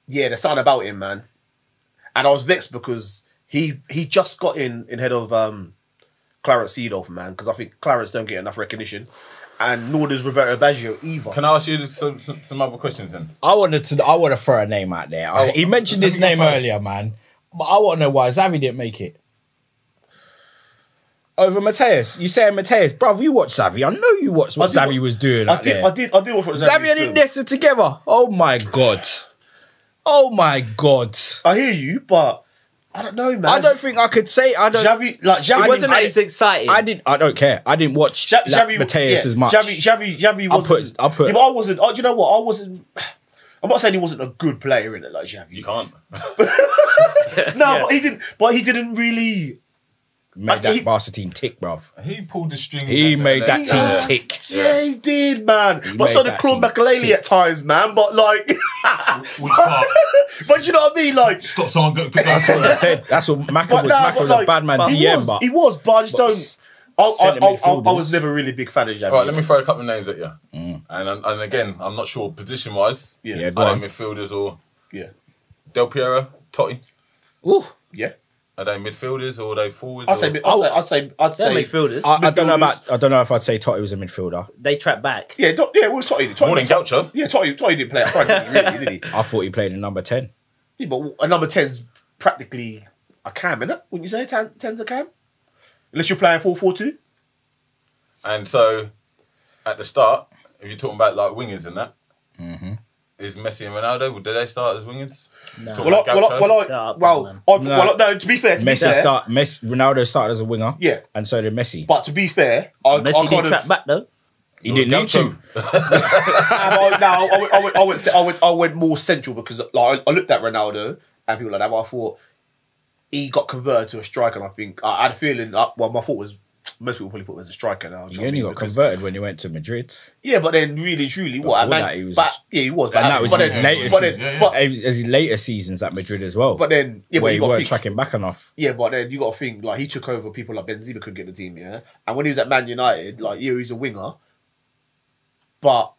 S4: yeah, there's something about him, man. And I was vexed because he he just got in in head of um Clarence Seedorf, man, because I think Clarence don't get enough recognition, and nor does Roberto Baggio either.
S2: Can I ask you some some, some other questions then?
S1: I wanted to. I want to throw a name out there. I- he mentioned
S2: let
S1: his
S2: me go
S1: name
S2: first.
S1: earlier, man. But I want to know why Xavi didn't make it. Over Mateus, you saying Mateus, bruv, you watch Xavi. I know you watched what
S4: did
S1: Xavi
S4: wa-
S1: was doing.
S4: I
S1: out
S4: did,
S1: there.
S4: I did, I did watch what Xavi
S1: Xavi
S4: was doing.
S1: and Iniesta together. Oh my god. Oh my god.
S4: I hear you, but I don't know, man.
S1: I don't think I could say I don't.
S4: Xavi, like Xavi,
S1: It
S3: Wasn't
S1: wasn't I
S3: it?
S1: didn't-
S3: It's exciting.
S1: I didn't. I don't care. I didn't watch
S4: Xavi,
S1: like,
S4: Xavi
S1: Mateus
S4: yeah,
S1: as much.
S4: Xavi, Xavi, Xavi
S1: I'll put-
S4: wasn't.
S1: I'll put-
S4: Yeah, but I wasn't. Oh, do you know what? I wasn't. I'm not saying he wasn't a good player in it, like Xavi.
S2: You can't.
S4: No, but he didn't. But he didn't really.
S1: made that
S4: he-
S1: Barca team tick, bruv.
S2: he pulled the string.
S1: He made that
S4: Yeah.
S1: team tick.
S4: Yeah, he did, man. but
S1: made
S4: so did
S1: that
S4: Claude
S1: team
S4: Makélélé at times, man. But like,
S2: Which part?
S4: *laughs* but you know what I mean, like.
S2: Stop someone go. go-
S1: That's what I said. That's what Maka
S4: But
S1: was.
S4: nah,
S1: Maka
S4: but
S1: was a
S4: like,
S1: bad man
S3: but
S4: He
S1: DM,
S4: was,
S1: but
S4: he was, but I just
S1: s-
S4: don't. I, I,
S1: centre
S4: I, I, I
S1: midfielders.
S4: was never really a big fan of Xavi.
S2: All right, let me throw a couple of names at you. And and again, I'm not sure position wise.
S4: Yeah.
S1: Yeah, go
S2: Are
S1: on.
S2: they midfielders or
S4: yeah,
S2: Del Piero, Totti?
S1: Ooh,
S4: yeah.
S2: Are they midfielders or are they forwards?
S4: I'd say,
S2: or- Oh,
S4: mid- I'd say, I'd say, I'd
S3: Oh, They're
S4: say
S3: midfielders.
S1: I, I don't know about. I don't know if I'd say Totti was a midfielder.
S3: they trap back.
S4: Yeah, do- yeah, it was Totti. Totti
S2: More than Gaucho. *laughs*
S4: Yeah, Totti, Totti didn't play up front, did he, really, did he?
S1: I thought he played in number ten.
S4: *laughs* Yeah, but a number 10's practically a cam, innit? Wouldn't you say 10, 10's a cam? Unless you're playing 4 4 2.
S2: And so, at the start, if you're talking about like wingers and that, is Messi and Ronaldo? Did they start as wingers? Talking
S4: Well, I,
S2: about
S4: well, I,
S2: Gaucho?
S4: well, I,
S3: Shut up,
S4: well,
S3: man.
S4: I,
S1: No.
S4: well, I- no, to be fair, to be
S1: Messi
S4: fair,
S1: start. Messi, Ronaldo started as a winger.
S4: Yeah.
S1: and so did Messi.
S4: but to be fair, I, I
S3: Messi
S4: kind
S3: didn't
S4: of,
S3: trap back though.
S1: he didn't need to.
S4: *laughs* I, no, I, went- I, went, I, went, se- I, went, I went more central because like, I, I looked at Ronaldo and people like that, but I thought he got converted to a striker, and I think I, I had a feeling, uh, well, my thought was most people probably put him as a striker now. do
S1: He
S4: you know what I
S1: only
S4: mean?
S1: got
S4: Because-
S1: converted when he went to Madrid.
S4: Yeah, but then really, truly, what?
S1: Before
S4: Man-
S1: that, he was-
S4: but, yeah, he was. But,
S1: And that was
S4: but
S1: his
S4: then,
S1: latest
S4: But then,
S2: season. Yeah, yeah.
S4: But,
S1: As as his later seasons at Madrid as well.
S4: but then, yeah,
S1: where
S4: but
S1: he
S4: you got to
S1: weren't
S4: think.
S1: tracking back enough.
S4: Yeah, but then you got to think like he took over people like Benzema couldn't get in the team, yeah. And when he was at Man United, like yeah, he's a winger, but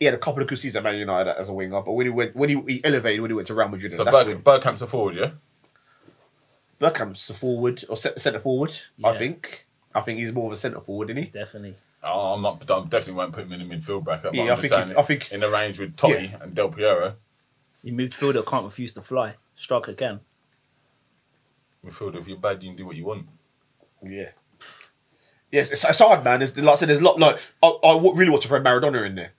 S4: he had a couple of good seasons at Man United as a winger. But when he went, when he, he elevated, when he went to Real Madrid,
S2: So
S4: that's
S2: Berg,
S4: when
S2: Bergkamp's a forward, yeah.
S4: Bergkamp's a forward or se- centre forward. I
S3: Yeah.
S4: think. I think he's more of a centre forward, isn't he?
S3: Definitely.
S2: Oh, I'm not. I definitely won't put him in the midfield bracket. But
S4: Yeah,
S2: I'm
S4: I
S2: just
S4: think
S2: saying
S4: it's- I think it's-
S2: in the range with Totti and Del Piero,
S3: You midfielder can't refuse to fly. Striker can.
S2: midfield. If you're bad, you can do what you want.
S4: Yeah. Yes, it's, it's hard, man. It's, like I said, there's a lot. Like I, I wa- really want to throw Maradona in there.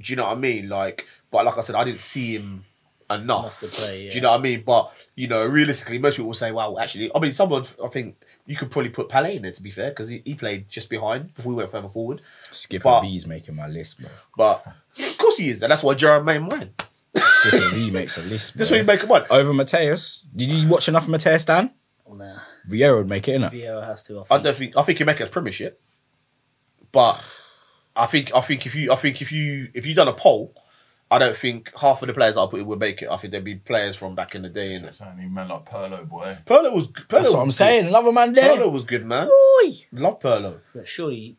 S4: Do you know what I mean? Like, but like I said, I didn't see him enough.
S3: Enough to play,
S4: Do
S3: yeah.
S4: you know what I mean? But you know, realistically, most people will say, "Wow, actually." I mean, someone I think you could probably put Pele in there to be fair because he, he played just behind before we went further forward.
S1: Skipper
S4: But-
S1: V's making my list, bro.
S4: But of course he is, and that's why Gerard made mine.
S1: Skipper V makes a list.
S4: That's
S1: bro.
S4: why he make mine.
S1: Over Mateus. Did you watch enough of Mateus, Dan?
S3: Nah.
S1: Vieira would make it, innit?
S3: Vieira has to.
S4: I
S3: I think.
S4: don't think I think he make it as Premiership, but I think I think if you I think if you if you if you done a poll I don't think half of the players I put in will make it. I think there'll be players from back in the day.
S2: So
S4: And
S2: it's only man like Perlo boy.
S4: Perlo was Perlo
S1: That's
S4: was
S1: what I'm
S4: good.
S1: saying. Another man there.
S4: Perlo was good, man.
S1: Oi.
S4: Love Perlo.
S3: But surely,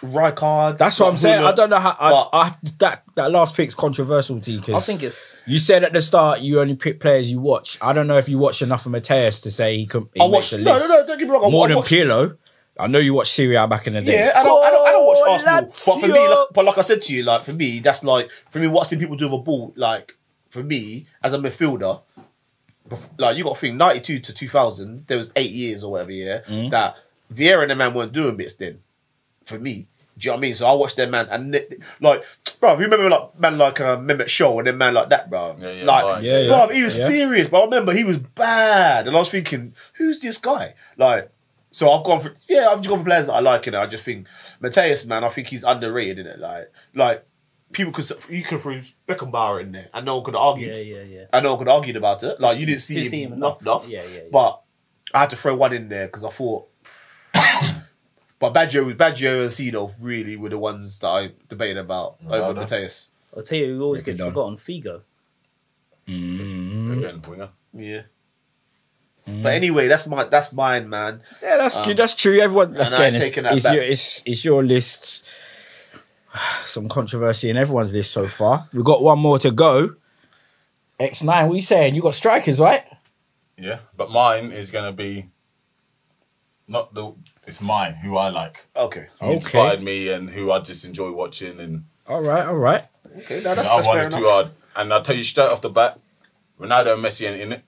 S4: Rijkaard.
S1: That's what I'm saying. I
S4: Hummel.
S1: don't know how
S4: But-
S1: I, I, that that last pick's controversial, T. 'cause
S3: I think it's.
S1: you said at the start you only pick players you watch. I don't know if you watch enough of Mateus to say he could. He
S4: I
S1: makes
S4: watched.
S1: a
S4: No,
S1: list.
S4: no, no. Don't get me wrong. I-
S1: more
S4: I
S1: than
S4: watched,
S1: Pirlo. I know you watched Serie A back in the day.
S4: Yeah, I don't, I don't, I don't watch
S1: Oh,
S4: Arsenal. But for me,
S1: Lazio.
S4: like, but like I said to you, like for me, that's like for me, watching people do with a ball, like for me as a midfielder, bef- like you got to think ninety two to two thousand, there was eight years or whatever, yeah,
S2: Mm.
S4: that Vieira and the man weren't doing bits then. For me, do you know what I mean? So I watched their man and they- like, bro, you remember like man like uh, Mehmet Shaw and then man like that, bro.
S2: Yeah, yeah,
S4: like,
S2: right.
S1: Yeah, yeah.
S4: bro, he was
S1: Yeah.
S4: serious. But I remember he was bad, and I was thinking, who's this guy? Like, so I've gone for yeah, I've just gone for players that I like, and I just think Mateus, man, I think he's underrated in it. Like, like people could you could throw Beckenbauer in there, and no one could argue.
S3: Yeah, yeah, yeah.
S4: And no one could argue about it. Like you didn't see,
S3: didn't
S4: him,
S3: see him
S4: enough,
S3: enough.
S4: enough.
S3: Yeah, yeah, yeah.
S4: But I had to throw one in there because I thought. *coughs* but Baggio, Baggio and Seedorf really were the ones that I debated about over
S2: Ronaldo.
S4: Mateus.
S3: I'll tell you who always
S1: Break it
S3: gets
S1: down.
S3: forgotten Figo.
S4: Mm.
S2: Again, winger.
S4: Yeah.
S3: Mm.
S4: But anyway, that's my that's mine, man.
S1: Yeah, that's good. That's true. Everyone. That's
S4: and I
S1: again,
S4: ain't
S1: it's,
S4: taking that
S1: it's
S4: back.
S1: your, it's, it's your list. *sighs* Some controversy in everyone's list so far. We've got one more to go. X9, what you saying? You got strikers, right?
S2: Yeah, but mine is gonna be not the. It's mine who I like.
S4: Okay.
S2: Who Inspired me and who I just enjoy watching and
S1: All right, all right.
S4: Okay, no, that's,
S2: That
S4: that's
S2: one
S4: fair
S2: is
S4: enough.
S2: too hard. And I'll tell you straight off the bat, Ronaldo and Messi ain't in it.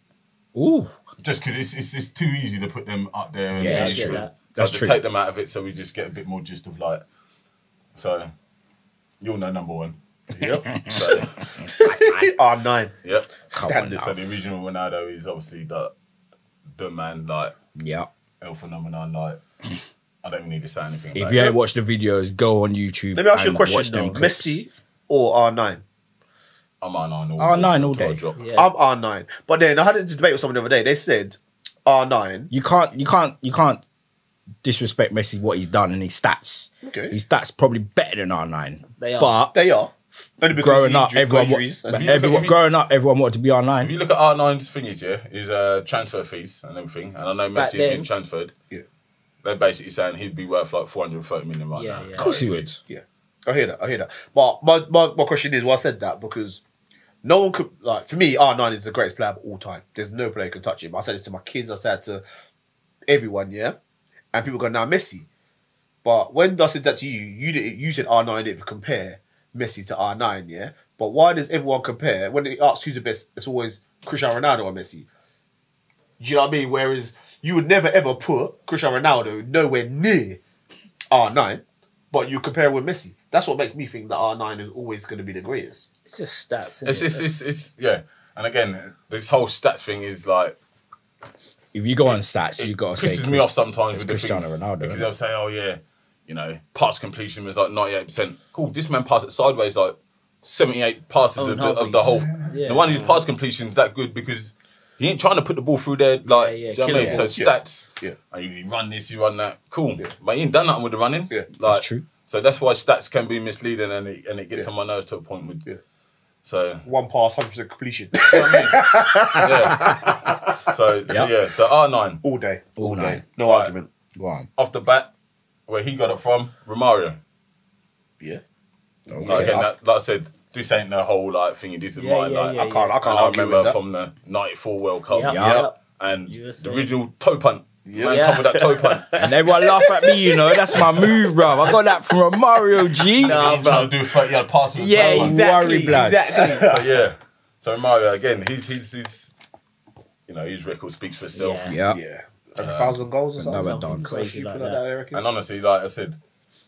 S1: Ooh.
S2: Just because it's, it's, it's too easy to put them up there. And
S1: Yeah,
S2: yeah,
S1: that's
S3: true.
S1: That's
S2: so to
S1: true.
S2: take them out of it so we just get a bit more gist of like. So, you'll know number one.
S1: uh,
S4: *laughs*
S1: *laughs*
S4: Yep.
S2: So,
S4: R nine.
S2: yep.
S4: Standard.
S2: So the original Ronaldo is obviously the, the man, like,
S1: Yeah.
S2: El Phenomenon, like, I don't need to say anything
S1: If
S2: about
S1: you
S2: it.
S1: ain't watched the videos, go on YouTube.
S4: Let me ask you a
S1: and watch
S4: question
S1: them
S4: though.
S1: clips.
S4: Messi or R nine?
S2: I'm on nine all
S1: R9
S2: day,
S1: all
S2: till I
S1: day.
S2: drop.
S3: Yeah.
S4: I'm R nine. But then I had this debate with someone the other day. They said R nine.
S1: You can't you can't you can't disrespect Messi what he's done and his stats.
S4: Okay.
S1: His stats probably better than R9.
S3: They are.
S1: But
S4: They are. Only because
S1: growing
S4: he
S1: up,
S4: drew
S1: everyone, wa-
S4: injuries and-
S1: but
S2: you look at-
S1: everyone
S2: if you-
S1: growing up, everyone wanted to be
S2: If
S1: R9.
S2: you look at R9's thingies, yeah, is uh, transfer fees and everything, and I know
S3: Back
S2: Messi
S3: then.
S2: has been transferred.
S4: Yeah.
S2: They're basically saying he'd be worth like 430 million right
S3: Yeah,
S2: now.
S3: yeah.
S1: Of course he would.
S4: Yeah, I hear that. I hear that. But my, my, my question is, why I said that because no one could like for me. R nine is the greatest player of all time. There's no player who can touch him. I said this to my kids. I said to everyone. Yeah, and people go now Messi. But when I said that to you, you did you said R nine didn't compare Messi to R nine. Yeah, but why does everyone compare when they ask who's the best? It's always Cristiano Ronaldo or Messi. Do you know what I mean? Whereas you would never ever put Cristiano Ronaldo nowhere near R nine, but you compare with Messi. That's what makes me think that R nine is always going to be the greatest.
S3: It's just stats. It's,
S2: It's, it's, it's, it's, yeah. And again, this whole stats thing is like,
S1: If you go on stats, you
S2: it
S1: got to
S2: pisses
S1: say
S2: me off sometimes
S1: it's
S2: with the
S1: Cristiano
S2: things,
S1: Ronaldo,
S2: Because
S1: isn't
S2: they'll say, oh, yeah, you know, pass completion was like 98%. Cool, this man passed it sideways like 78 passes
S3: Oh,
S2: of, the,
S3: no,
S2: of the whole.
S3: please. Yeah.
S2: The one whose pass completion's that good because he ain't trying to put the ball through there, like,
S3: Yeah, yeah,
S2: do you know what I mean? So
S3: killer
S4: ball. Yeah.
S2: stats,
S4: Yeah.
S2: and you run this, you run that. Cool, but he ain't done nothing with the running.
S4: Yeah.
S2: like,
S1: That's true.
S2: So that's why stats can be misleading, and it, and it gets
S4: Yeah.
S2: on my nerves to a point. With
S4: Yeah.
S2: so
S4: One pass, hundred percent *laughs* completion
S1: *laughs*
S2: yeah, so, so
S1: Yeah.
S2: yeah, so R nine
S4: all day, all,
S1: All
S4: day,
S1: night.
S4: no
S2: Right.
S4: argument.
S1: Go on.
S2: off the bat, where he got it from, Romario.
S4: Yeah, Oh,
S2: Like,
S1: Okay.
S2: again, that, like I said, this ain't the whole like thingy. This is
S3: Yeah,
S2: mine.
S3: yeah,
S2: like,
S3: yeah,
S4: I
S3: yeah.
S4: can't, I
S2: And
S4: can't
S2: I
S4: argue with
S2: remember
S4: that.
S2: from the '94 World Cup.
S3: Yep,
S1: Yeah.
S3: yep.
S2: And
S3: USA.
S2: the original toe punt. Man,
S3: Yeah.
S2: come with that toe punt.
S1: And everyone laugh at me, you know. That's my move, bro. I got that from Mario G.
S3: *laughs* Nah,
S2: Trying to do a 30 yard pass with a
S3: yeah,
S2: toe punt.
S1: Don't
S3: exactly.
S1: worry, blood.
S3: exactly.
S2: so yeah. So Mario again, he's he's he's you know, his record speaks for itself.
S3: Yeah.
S1: Yeah.
S4: Yeah, a thousand goals or something.
S1: another
S4: something
S1: dunk.
S4: crazy
S3: Something
S4: like
S3: like
S4: that,
S3: that.
S4: I reckon.
S2: And honestly, like I said,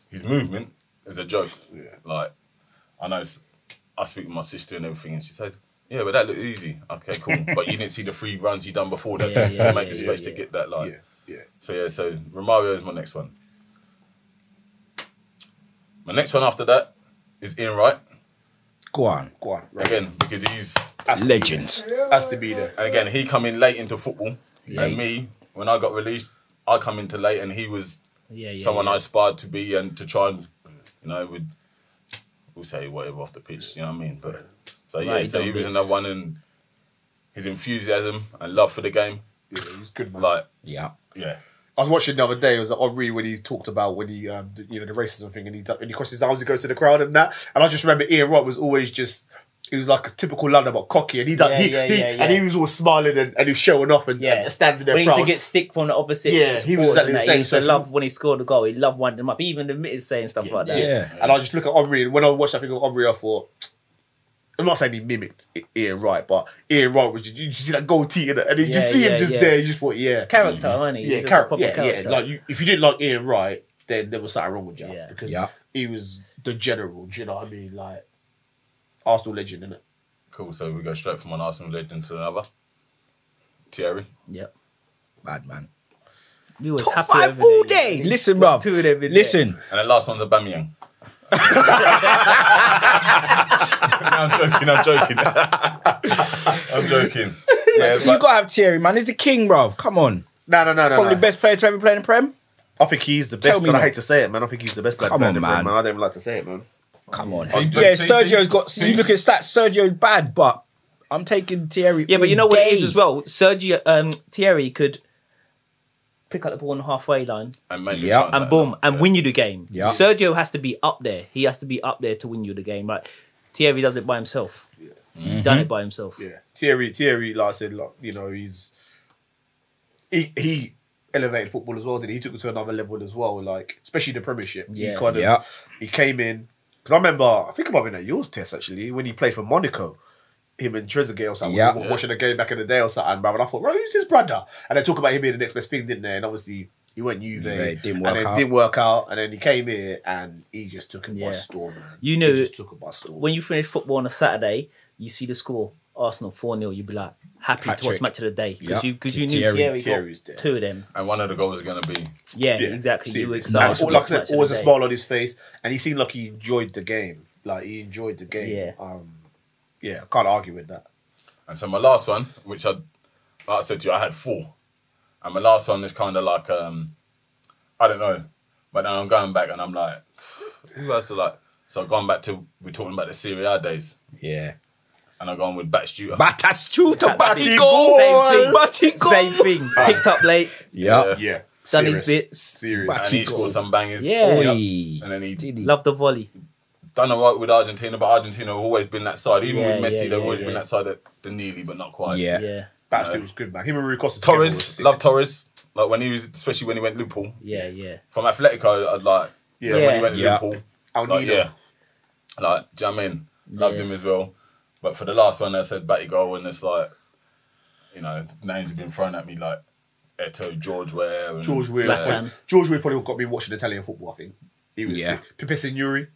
S2: his movement is a joke. Like I know s- I speak with my sister and everything and she said, Yeah, but that looked easy.
S3: *laughs*
S2: Okay, cool. but you didn't see the three runs he done before that
S3: Yeah,
S2: to
S3: yeah,
S2: make
S3: yeah,
S2: the space
S3: yeah,
S2: to get that like
S4: yeah, yeah.
S2: so yeah, so Romario is my next one. My next one after that is Ian Wright.
S1: Go on.
S4: Go on, right.
S2: Again, because he's
S1: Legend.
S4: has to be there.
S2: And again, he come in late into football.
S1: Late.
S2: And me, when I got released, I come into late and he was
S3: Yeah, yeah.
S2: someone
S3: yeah.
S2: I aspired to be and to try and, you know, with will say whatever off the pitch. You know what I mean? But so yeah,
S3: Right,
S2: so he was
S3: Dumbies.
S2: another one, and his enthusiasm and love for the game,
S4: Yeah, he was good, man.
S2: like
S1: Yeah.
S2: yeah,
S4: I was watching the other day. It was like Henri when he talked about when he, um, the- you know, the racism thing, and he do- and he crossed his arms, he goes to the crowd and that. And I just remember Ian Wright was always just. He was like a typical Londoner, but cocky, and he done,
S3: Yeah,
S4: he,
S3: yeah,
S4: he
S3: yeah, yeah.
S4: and he was all smiling and, and he was showing off and,
S3: Yeah.
S4: and standing there
S3: when he
S4: proud.
S3: used to get stick from the opposite.
S4: Yeah, he
S3: supporters
S4: was exactly
S3: and
S4: the
S3: that,
S4: same,
S3: He used to
S4: so-
S3: love when he scored a goal. He loved winding him up. He even admitted saying stuff like that.
S1: Yeah.
S4: And I just look at Omri, and when I watched that thing of Omri, I thought, I'm not saying he mimicked I- Ian Wright, but Ian Wright was just, you just see that gold tee, and and you just
S3: Yeah,
S4: see
S3: yeah,
S4: him just
S3: yeah.
S4: there, you just thought, yeah,
S3: Character, wasn't he? He
S4: yeah,
S3: was a
S4: char-
S3: proper
S4: yeah,
S3: character.
S4: yeah. Like you, if you didn't like Ian Wright, then there was something wrong with you
S3: Yeah.
S4: because
S1: Yeah.
S4: he was the general. Do you know what I mean? Like Arsenal legend, innit?
S2: cool. So we go straight from one Arsenal legend to another. Thierry,
S3: yeah.
S1: Bad man.
S3: We was
S1: Top
S3: happy
S1: five
S3: over
S1: all
S3: there, yeah.
S1: day. Listen, bruv.
S3: two of them in
S1: Listen.
S2: and the last one's *laughs* Aubameyang. no, I'm joking. I'm joking. *laughs* I'm joking. Yeah,
S1: So
S2: but-
S1: you gotta have Thierry, man. He's the king, bruv. Come on.
S4: No, no, no, no.
S1: Probably
S4: no.
S1: best player to ever play in the Prem.
S4: I think he's the
S1: Tell
S4: best,
S1: me
S4: and I
S1: not.
S4: hate to say it, man. I think he's the best player.
S1: Come
S4: to play
S1: on,
S4: in the Prem,
S1: man.
S4: I don't even like to say it, man.
S1: Come on.
S2: See,
S1: yeah,
S2: see,
S1: Sergio's
S2: see,
S1: got.
S2: see.
S1: you look at stats. Sergio's bad, but I'm taking Thierry.
S3: Yeah,
S1: all
S3: but you know what it
S1: day.
S3: is as well. Sergio um, Thierry could pick up the ball on the halfway line
S2: and many
S1: Yeah.
S2: times
S1: And
S2: like
S3: and boom
S2: that.
S3: and win you the game.
S1: Yeah.
S3: Sergio has to be up there. He has to be up there to win you the game. Right? Thierry does it by himself. He done it by himself.
S4: Yeah, Thierry, Thierry, like I said, like, you know, he's he he elevated football as well. Did he? he took it to another level as well? Like especially the Premiership.
S3: Yeah.
S4: He kind of
S1: Yeah.
S4: he came in because I remember I think about in at yours test actually when he played for Monaco. Him and Trezeguet or something.
S1: Yeah.
S4: we were watching a game back in the day or something, bro. And I thought, bro, who's his brother? And they talk about him being the next best thing, didn't they? And obviously he went Juve,
S1: Yeah, it didn't
S4: and
S1: work
S4: it
S1: out.
S4: didn't work out. And then he came here and he just took him
S3: Yeah.
S4: by storm. Man.
S3: You knew-
S4: he just took him by storm.
S3: When you finish football on a Saturday, you see the score Arsenal 4 0. You'd be like, happy to watch
S1: Patrick.
S3: match of the day.
S1: Yeah.
S3: Because you, 'cause you knew
S1: Thierry-
S3: Thierry,
S4: Thierry's
S3: got
S4: there.
S3: two of them.
S2: And one of the goals is going to be
S3: Yeah,
S4: Yeah,
S3: exactly. You were
S4: serious.
S3: excited.
S4: And, like I
S3: Match of
S4: said,
S3: the
S4: always a
S3: day.
S4: smile on his face, and he seemed like he enjoyed the game. Like he enjoyed the game.
S3: Yeah.
S4: Um, yeah, can't argue with that.
S2: And so my last one, which I, like I said to you, I had four. And my last one is kind of like, um, I don't know. But now I'm going back and I'm like, who else are like? So I've ggone back to, we're talking about the Serie A days.
S1: Yeah.
S2: And I've gone with Batstuta.
S1: Batastuta,
S3: Same thing.
S1: Batigo, Batigo.
S3: Same thing. Picked up late,
S1: Yeah.
S4: Yeah,
S3: done his bits.
S4: Serious.
S2: and he scored some bangers.
S3: Yeah.
S1: Oi.
S2: And then he
S1: Did he?
S3: Love the volley.
S2: done all right with Argentina, but Argentina have always been that side. Even
S3: Yeah,
S2: with Messi,
S3: yeah,
S2: they've
S3: yeah,
S2: always been
S3: yeah.
S2: that side that the nearly, but not quite.
S1: Yeah.
S3: Yeah.
S4: Baxter was good, man. Him and Rui Costa. together was
S2: Uh, Torres,
S4: sick.
S2: love Torres. Like when he was, especially when he went Liverpool.
S3: Yeah, yeah.
S2: From Atletico, I'd like, yeah, when
S3: Yeah.
S2: he went to
S1: Yeah.
S2: Liverpool.
S4: Al
S2: Like,
S4: Nino.
S2: yeah. Like, do you know what I mean? Loved
S3: Yeah.
S2: him as well. But for the last one, I said Batty Goal, and it's like, you know, names have been thrown at me like Eto, George Ware, and
S4: George Weir.
S3: Zlatan.
S4: probably- George Weir probably got me watching Italian football. I think he was
S1: Yeah.
S4: yeah. sick. Pepe Signori.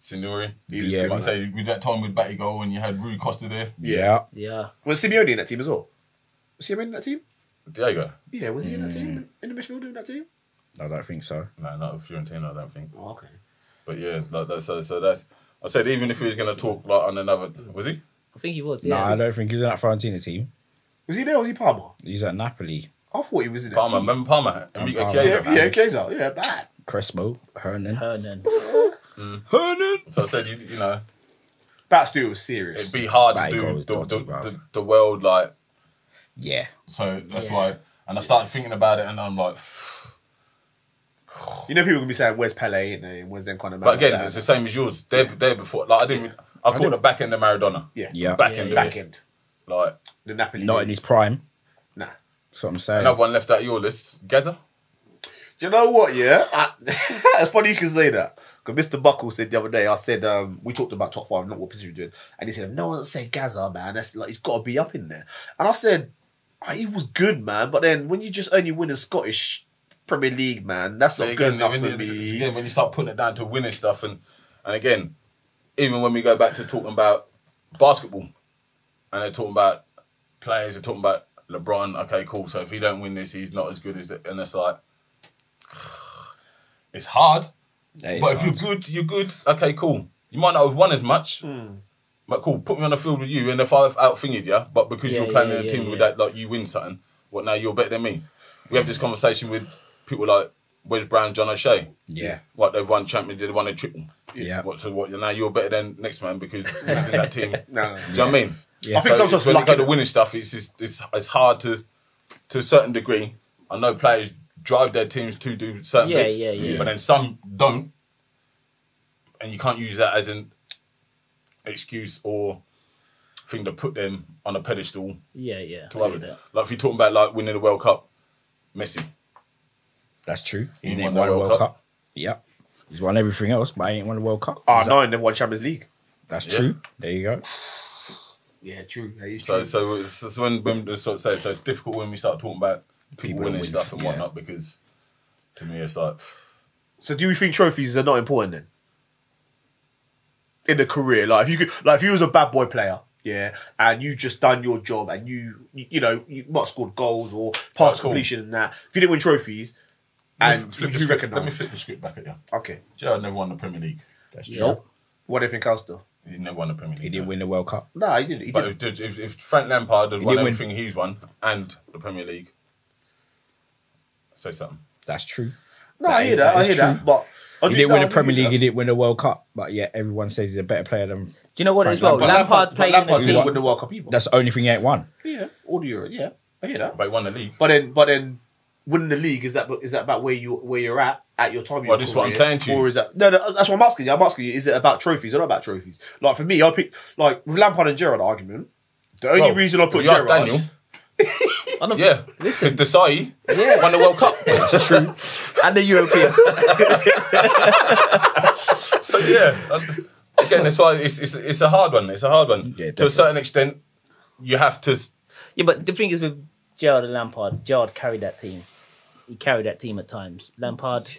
S2: Signori.
S1: Yeah,
S2: Yeah, I
S1: man.
S2: say, with that time with Batty Goal, and you had Rui Costa there.
S1: Yeah.
S3: Yeah.
S4: Was Simeone in that team as well? Was Simeone in that team?
S2: Diego.
S4: Yeah, was he in that team?
S2: Mm.
S4: In the midfield in that team?
S1: I don't think so.
S2: No, not with Fiorentina, I don't think.
S4: Oh, okay.
S2: But yeah, like that, so, so that's. I said, even if he was going to talk like on another. Was he?
S3: I think he was.
S1: No, I
S3: Yeah.
S1: don't think he's in that Fiorentina team.
S4: Was he there? or Was he Palmer?
S1: He's at Napoli.
S4: I thought he was in that
S2: Palmer.
S4: team.
S2: Remember Palmer? Enrique
S1: Palmer.
S2: Chiesa.
S4: Yeah, yeah, Chiesa. Yeah, bad.
S1: Crespo, Hernan.
S3: Hernan.
S1: Hernan.
S2: So I said, you, you know,
S4: Baxter was serious.
S2: it'd be hard to
S1: Batty Goal
S2: do
S1: is
S2: the,
S1: dodgy,
S2: the,
S1: bruv.
S2: the, the world like
S1: Yeah.
S2: So that's
S3: Yeah.
S2: why. And I started thinking about it, and I'm like, *sighs*
S4: You know, people can be saying, "Where's Pele?" You know, and "Where's them kind of man?"
S2: but again,
S4: like
S2: it's the
S4: that.
S2: same as yours. There, there before, like I didn't. I called the back end of Maradona.
S4: yeah,
S1: Yeah.
S2: back
S3: Yeah,
S2: end,
S3: yeah.
S2: of it.
S4: back end.
S2: Like
S4: The Napoli,
S1: Not in his prime.
S4: Nah.
S1: That's what I'm saying.
S2: another one left out of your list, Gaza.
S4: Do you know what? Yeah, I, *laughs* it's funny you can say that because Mr. Buckle said the other day. I said um, we talked about top five, not what position you're doing, and he said, "No one say Gaza, man. That's like he's got to be up in there." And I said, oh, "He was good, man, but then when you just only win a Scottish Premier League, man, that's not good enough
S2: when,
S4: for
S2: you-
S4: me."
S2: again, when you start putting it down to winning stuff, and and again, even when we go back to talking about basketball, and they're talking about players, they're talking about LeBron. Okay, cool. So if he don't win this, he's not as good as. The, and it's like, *sighs* it's hard.
S1: That is
S2: But if
S1: hard.
S2: you're good, you're good. Okay, cool. You might not have won as much,
S4: Hmm.
S2: but cool. Put me on the field with you, and if I've outfingered you, but because
S3: Yeah,
S2: you're playing
S3: yeah,
S2: in a
S3: yeah,
S2: team with
S3: yeah.
S2: that, like you win something. What now? You're better than me. We have this conversation with people like Wes Brown, John O'Shea.
S1: Yeah.
S2: Like they've won champions, they won a triple.
S1: Yeah.
S2: What, so what? Now you're better than next man because he was in that team. Do
S4: No, no,
S2: you know what I mean?
S1: Yeah. I
S4: think sometimes
S2: when you
S4: lucky-
S2: go to winning stuff, it's, just, it's it's hard to to a certain degree. I know players drive their teams to do certain
S3: Yeah,
S2: things,
S3: yeah, yeah.
S2: but then some don't, and you can't use that as an excuse or thing to put them on a pedestal
S3: Yeah, yeah.
S2: to
S3: I get
S2: others.
S3: that.
S2: Like if you're talking about like winning the World Cup, Messi.
S1: That's true. He,
S2: He
S1: didn't
S2: won
S1: won
S2: the
S1: a
S2: World
S1: World Cup.
S2: Cup.
S1: Yep. He's won everything else, but he ain't won a World Cup.
S4: Ah,
S1: Is that-
S4: nine never won Champions League.
S1: That's
S2: Yeah.
S1: true. There you go.
S4: Yeah, true. That is
S2: So
S4: true.
S2: so it's, it's when when it's sort of say so it's difficult when we start talking about people,
S1: People
S2: winning
S1: win,
S2: stuff and
S1: yeah.
S2: whatnot because to me it's like
S4: So do you think trophies are not important then? In the career, like if you could, like if you was a bad boy player, yeah, and you just done your job and you, you, you know, you might have scored goals or pass
S2: That's cool.
S4: completion and that. If you didn't win trophies, and
S2: flip the
S4: you
S2: script. Let me
S4: recognise,
S2: flip the script back at you.
S4: okay,
S2: Do you know I never won the Premier League?
S1: That's true.
S4: nope. What do you think else though?
S2: He never won the Premier League.
S1: He didn't win the World Cup.
S4: Nah, he didn't. He
S2: But
S4: didn't.
S2: if, if, if Frank Lampard had won
S1: did win.
S2: everything he's won and the Premier League, say something.
S1: That's true.
S4: No, I hear
S1: that
S4: that. I
S1: is
S4: hear
S1: true.
S4: that. But
S1: He didn't win the Premier League. He didn't win the World Cup. But yeah, everyone says he's a better player than.
S3: Do you know what
S1: Frank
S3: as well?
S1: Lampard.
S3: Lampard, played in
S4: Lampard
S3: a-
S4: didn't
S1: What?
S4: win the World Cup either.
S1: That's the only thing he ain't won.
S4: yeah, all the Euro. Yeah, I hear that.
S2: But he won the league.
S4: But then, but then, winning the league is that is that about where you where you're at at your time? of your
S2: Well, this is what I'm
S4: career?
S2: saying to you.
S4: Or is that no, no? That's what I'm asking you. I'm asking you: Is it about trophies or not about trophies? Like for me, I pick like with Lampard and Gerrard argument. The only
S2: Well,
S4: reason I
S2: if
S4: put
S2: you ask
S1: *laughs*
S4: Gerrard,
S2: Daniel,
S3: I don't-
S2: yeah,
S3: Listen.
S2: because Desai
S3: Yeah.
S2: won the World Cup.
S1: That's true.
S3: and the European.
S2: so yeah, I- again, that's why it's, it's it's a hard one. It's a hard
S1: Yeah,
S2: one. to
S1: definitely.
S2: a certain extent, you have to. s-
S3: yeah, but the thing is with Gerard and Lampard, Gerard carried that team. He carried that team at times. Lampard,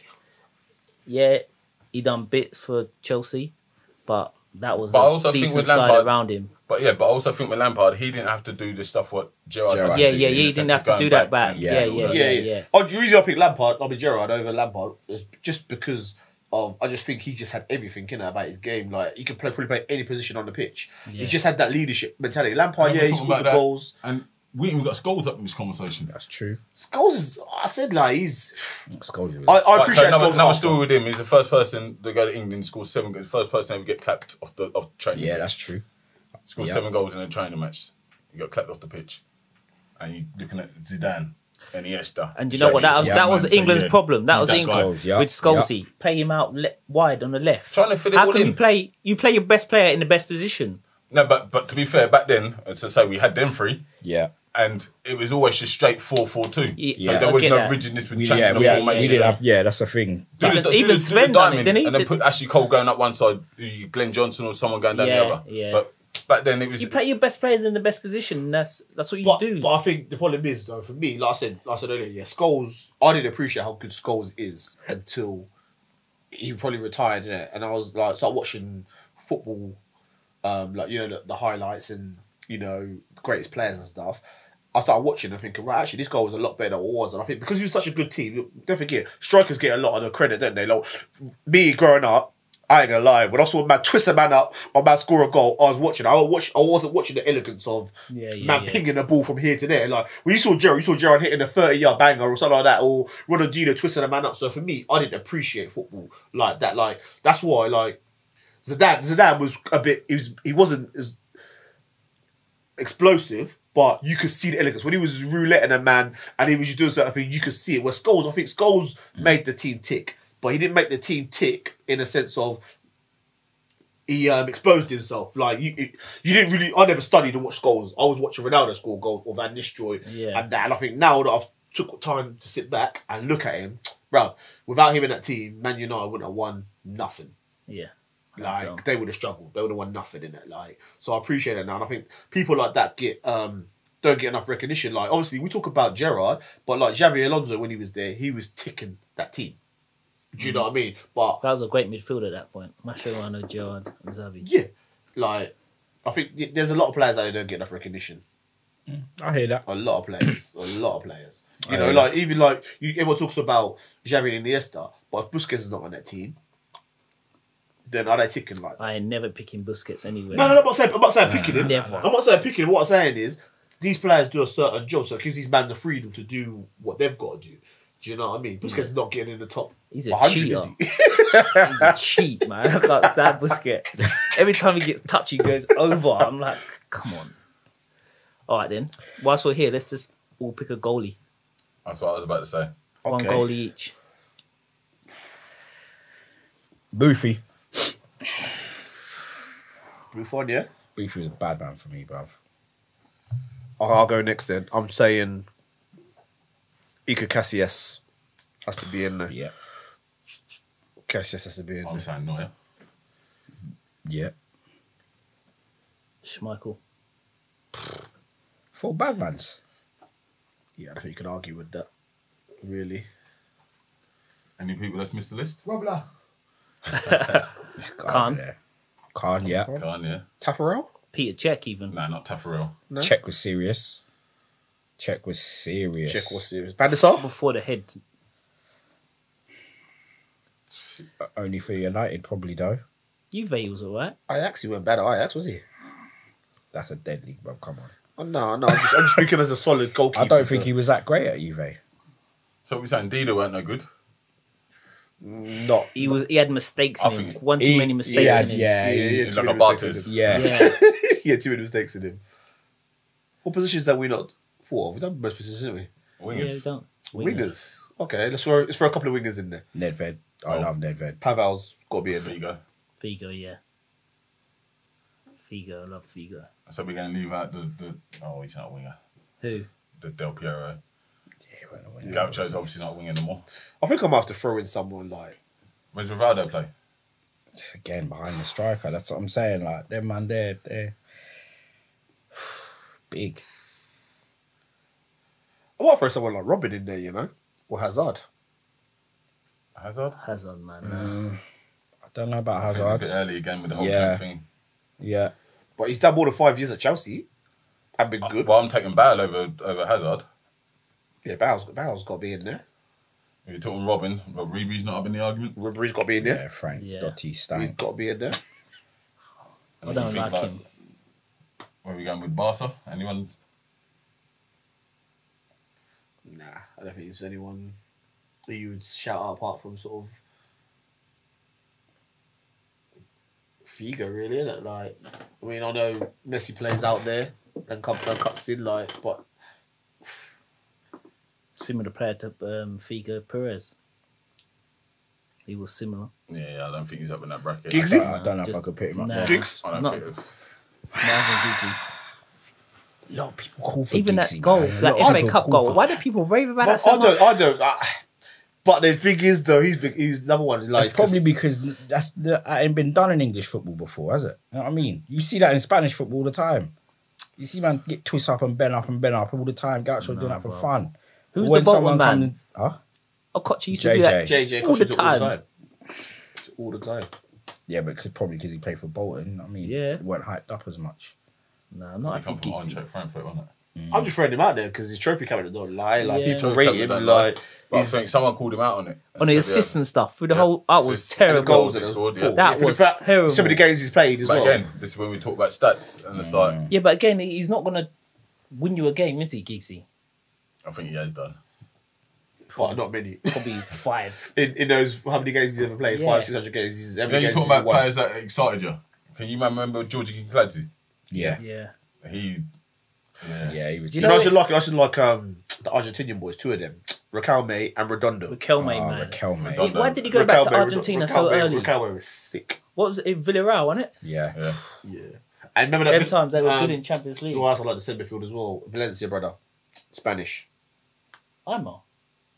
S3: yeah, he done bits for Chelsea, but that was
S2: But I
S3: a
S2: also think
S3: decent
S2: with
S3: side
S2: Lampard-
S3: around him.
S2: But yeah, but I also think with Lampard, he didn't have to do the stuff what Gerard.
S1: Gerrard
S2: had to
S3: Yeah,
S1: did
S2: do
S3: yeah, yeah.
S2: in the
S3: He
S2: sense
S3: didn't have
S2: of
S3: to
S2: going
S3: do that back.
S2: and
S3: Yeah,
S2: all
S3: yeah,
S2: that.
S3: yeah,
S4: yeah, yeah.
S3: yeah.
S4: Oh, the reason I pick Lampard, I'll be Gerrard over Lampard, is just because um, I just think he just had everything in about his game. Like he could play, probably play any position on the pitch. He
S3: Yeah.
S4: just had that leadership mentality. Lampard, yeah, he scored the goals.
S2: and we even got scolded up in this conversation.
S1: That's true.
S4: Goals is, I said, like he's.
S1: Scholes was-
S4: I, I appreciate
S2: so
S4: Scholes
S2: another, another
S4: after.
S2: story with him. He's the first person to go to England and score seven goals. First person ever get clapped off the off the training.
S1: yeah,
S2: pitch.
S1: that's true.
S2: scored
S1: yeah.
S2: seven goals in a training match. He got clapped off the pitch, and you looking at Zidane, and Iniesta.
S3: And you know what? That was,
S1: Yeah,
S3: that
S1: man,
S3: was
S2: so
S3: England's
S2: yeah,
S3: problem. That
S2: he's
S3: was
S2: that
S3: England
S1: guy. Yeah,
S3: with Scholesy. Play him out le- wide on the left.
S2: Trying to fit it
S3: How
S2: all
S3: can you
S2: in.
S3: play? You play your best player in the best position.
S2: No, but but to be fair, back then, as I say, we had them three.
S1: Yeah.
S2: and it was always just straight 4 4 2.
S3: Yeah.
S2: So there
S3: I
S2: was
S3: get
S2: no
S3: that.
S2: rigidness with
S1: We,
S2: changing
S1: yeah,
S2: the
S1: we, had, we
S2: formation.
S1: did have. Yeah, that's the thing.
S2: Do the-
S3: Even-
S2: do the-
S3: even
S2: do the
S3: Sven done it,
S2: diamond
S3: didn't he?
S2: and then
S3: The-
S2: put Ashley Cole going up one side, you- Glenn Johnson or someone going down
S3: Yeah,
S2: the other.
S3: yeah.
S2: But back then it was.
S3: You play your best players in the best position. That's that's what you
S4: But,
S3: do.
S4: but I think the problem is though for me, like I said, like I said earlier, yeah, Scholes. I didn't appreciate how good Scholes is until he probably retired, innit? and I was like, start watching football, um, like you know the, the highlights and you know greatest players and stuff. I started watching and thinking, right, actually, this guy was a lot better than it was. And I think because he was such a good team, don't forget, strikers get a lot of the credit, don't they? Like, me growing up, I ain't gonna lie, when I saw man twist a man up or man score a goal, I was watching. I, was watch, I wasn't watching the elegance of
S3: Yeah, yeah,
S4: man
S3: yeah.
S4: pinging the ball from here to there. Like, when you saw Gerard, you saw Gerard hitting a 30 yard banger or something like that, or Ronaldinho twisting a man up. So for me, I didn't appreciate football like that. Like, that's why, like, Zidane, Zidane was a bit. He was. He wasn't as explosive, but you could see the elegance when he was rouletting a man and he was just doing certain things. You could see it. Where Scholes, I think Scholes made the team tick, but he didn't make the team tick in a sense of he um, exposed himself. Like you, you, you didn't really. I never studied and watched goals. I was watching Ronaldo score goals or Van Nistelrooy
S3: Yeah.
S4: and that. And I think now that I've took time to sit back and look at him, bro, without him in that team, Man United wouldn't have won nothing.
S3: yeah.
S4: Like
S3: So-
S4: they would have struggled. They would have won nothing in it. Like so, I appreciate it now, and I think people like that get um don't get enough recognition. Like obviously, we talk about Gerard, but like Xavi Alonso when he was there, he was ticking that team. Do
S1: Mm.
S4: you know what I mean? But
S3: That was a great midfield at that point. Mascherano, Gerard, and Xavi.
S4: yeah, like I think y- there's a lot of players that don't get enough recognition.
S1: I hear that.
S4: A lot of players. a lot of players. You
S1: I
S4: know,
S1: hear
S4: like even like you, everyone talks about Xavi and Iniesta, but if Busquets is not on that team, then are they ticking like that?
S3: I ain't never picking Busquets anywhere.
S4: No, no, no, I'm not saying, I'm not saying picking him.
S3: Never.
S4: I'm not saying picking him. What I'm saying is these players do a certain job, so it gives these men the freedom to do what they've got to do. Do you know what I mean? Busquets is not getting in the top.
S3: He's a
S4: 100,
S3: cheater.
S4: is he?
S3: He's a cheat, man. I can't stand Busquets. Every time he gets touched, he goes over. I'm like, come on. All right, then. Whilst we're here, let's just all pick a goalie.
S2: That's what I was about to say.
S3: One
S4: Okay.
S3: goalie each.
S1: Boofy.
S4: Buffon, yeah.
S1: Boofy was a bad man for me, bruv.
S4: I'll, I'll go next then. I'm saying Iker Casillas has to be in there.
S1: Yeah.
S4: Casillas has to be in
S2: I'm
S4: there.
S2: saying Neuer.
S1: Yeah.
S3: Schmeichel.
S1: Four bad mans.
S4: Yeah, I don't think you can argue with that. Really?
S2: Any people that's missed the list?
S4: Robla.
S3: Khan.
S1: Yeah. Khan, yeah.
S2: Can't, yeah.
S4: Taffarel?
S3: Peter Cech, even.
S2: No, not Taffarel.
S4: No.
S1: Czech was serious. Czech was serious.
S4: Check what's serious. Van der Sar?
S3: Before the head.
S1: Uh, Only for United, probably, though.
S3: Juve was all right.
S4: Ajax, he went bad at Ajax, was he?
S1: That's a dead league, bruv. Come on.
S4: Oh, no, no. I'm just, I'm just speaking as a solid goalkeeper.
S1: I don't think he was that great at Juve.
S2: So we're saying Dida weren't no good.
S4: Not.
S3: He was. He had mistakes.
S2: I
S3: In him.
S2: think
S3: One too
S1: He-
S3: many mistakes
S1: yeah,
S3: in him.
S1: yeah,
S4: Yeah,
S1: he-
S4: yeah,
S2: He's
S4: too
S2: like a
S4: many mistakes
S2: Bartes.
S4: in him.
S1: yeah.
S2: *laughs*
S3: Yeah.
S4: *laughs* yeah, too many mistakes in him. What positions have we not thought of? We've done most positions, haven't
S3: yeah
S2: Wingers.
S3: don't.
S4: we?
S3: Wingers.
S4: Wingers. Okay, let's throw, let's throw a couple of wingers in there.
S1: Nedved. I
S2: Oh.
S1: love Nedved.
S4: Pavel's got to be in there.
S2: Figo.
S3: Figo, yeah. Figo, I love Figo.
S2: So we're going to leave out the, the. Oh, he's not a winger.
S3: Who?
S2: The Del Piero.
S1: He won't win it.
S2: Gaucho's obviously not a winger anymore.
S4: I think I'm after throwing someone like
S2: Where's Rivaldo play?
S1: Again, behind the striker. That's what I'm saying. Like, them man, they're, they're *sighs* big.
S4: I might throw someone like Robin in there, you know, or Hazard.
S2: Hazard?
S3: Hazard, man.
S1: I don't know about
S2: I think It's a bit
S3: uh,
S1: Hazard.
S2: early again with the whole
S1: Yeah.
S2: yeah. thing.
S1: Yeah.
S4: But he's done more than five years at Chelsea. I've
S3: Uh,
S4: been good.
S2: Uh, Well, I'm taking Bale over over Hazard.
S4: yeah, Bowles, Bowles got to be in there.
S2: If you're talking Robin, but Ribery's not up in the argument.
S4: Ribery's got to be in
S1: Yeah,
S4: there.
S1: Frank,
S3: Yeah.
S1: Dottie,
S4: He's
S1: Stein.
S4: got to be in there.
S3: I don't like him.
S2: Where are we going with Barca? Anyone?
S4: Nah, I don't think there's anyone that you would shout out apart from sort of Figo, really. Innit? Like, I mean, I know Messi plays out there and come and cuts in, like, but
S3: Similar player to um, Figo Perez. He was similar.
S2: Yeah, I don't think he's up in that bracket.
S4: Giggs?
S1: I don't- I don't know if I
S3: Just-
S1: could put him up
S3: nah.
S1: there.
S4: Giggs?
S2: I don't
S3: No.
S2: think. it's-
S3: Marvin
S1: A lot of people call for
S3: Gigi. Even that
S1: Giggsy,
S3: goal,
S1: man. A
S3: that
S1: lot of
S3: FA
S1: people
S3: Cup
S1: call
S3: goal.
S1: for-
S3: Why do people rave about that
S4: But
S3: so
S4: I
S3: much?
S4: don't, I don't. I, but the thing is, though, he's big, he's number one. Like,
S1: That's probably because that's that ain't been done in English football before, has it? You know what I mean? You see that in Spanish football all the time. You see man get twist up and bend up and bend up all the time. Gaucho doing that for fun.
S3: Who's
S1: When
S3: the bottom
S1: someone
S3: man?
S1: comes- Huh?
S3: Okocha Oh, used to do
S1: JJ.
S3: that.
S4: JJ
S3: All the
S4: Kosh's
S3: time.
S4: all the time.
S1: Yeah, but 'cause- probably because he played for Bolton. I mean,
S3: Yeah.
S1: he weren't hyped up as much.
S3: No, not
S2: He
S3: I
S2: come
S3: think
S2: from
S3: Giggsy.
S2: Eintracht Frankfurt, wasn't it?
S4: I'm just throwing him out there because his trophy cabinet don't lie. Like
S3: Yeah.
S4: people
S2: Mm. Trophy
S4: rate
S2: cabinet
S4: him.
S2: don't
S4: Like
S2: lie. But I
S4: he's-
S2: think someone called him out on it.
S3: On the
S2: said,
S3: assists
S2: yeah.
S3: and stuff through the
S2: Yeah.
S3: whole. That was
S2: Assists.
S4: and the
S3: terrible.
S4: goals that
S2: he
S4: he
S2: scored,
S4: scored.
S2: yeah.
S3: That was terrible.
S4: So many games he's played as
S2: But
S4: well.
S2: again, this is when we talk about stats and it's like,
S3: Yeah, but again, he's not going to win you a game, is he, Giggsy?
S2: I think he has done.
S4: but not many.
S3: Probably five.
S4: In, in those how many games he's ever played,
S3: Yeah.
S4: five, six hundred games. He's every
S2: Then you
S4: games
S2: talk
S4: he's
S2: about
S4: won.
S2: players that excited you. Can you remember Georgie Kinkladze?
S1: Yeah. Yeah,
S3: Yeah.
S2: He, yeah.
S1: he was
S3: You
S4: You know,
S3: know
S4: I should like I should like um the Argentinian boys, two of them, Raquelme and Redondo.
S3: Raquel,
S1: Oh,
S3: mate, man.
S1: Raquel, mate.
S2: Redondo.
S3: Why did he go back to
S4: Raquelme,
S3: Argentina
S4: Raquelme,
S3: so early?
S4: Raquelme was sick.
S3: What was it? Villarreal, wasn't it?
S1: Yeah.
S2: Yeah.
S4: Yeah, and remember that
S3: Every time they were
S4: um,
S3: good in Champions League.
S4: Who else I like the centre midfield as well? Valencia brother, Spanish.
S3: I'm all.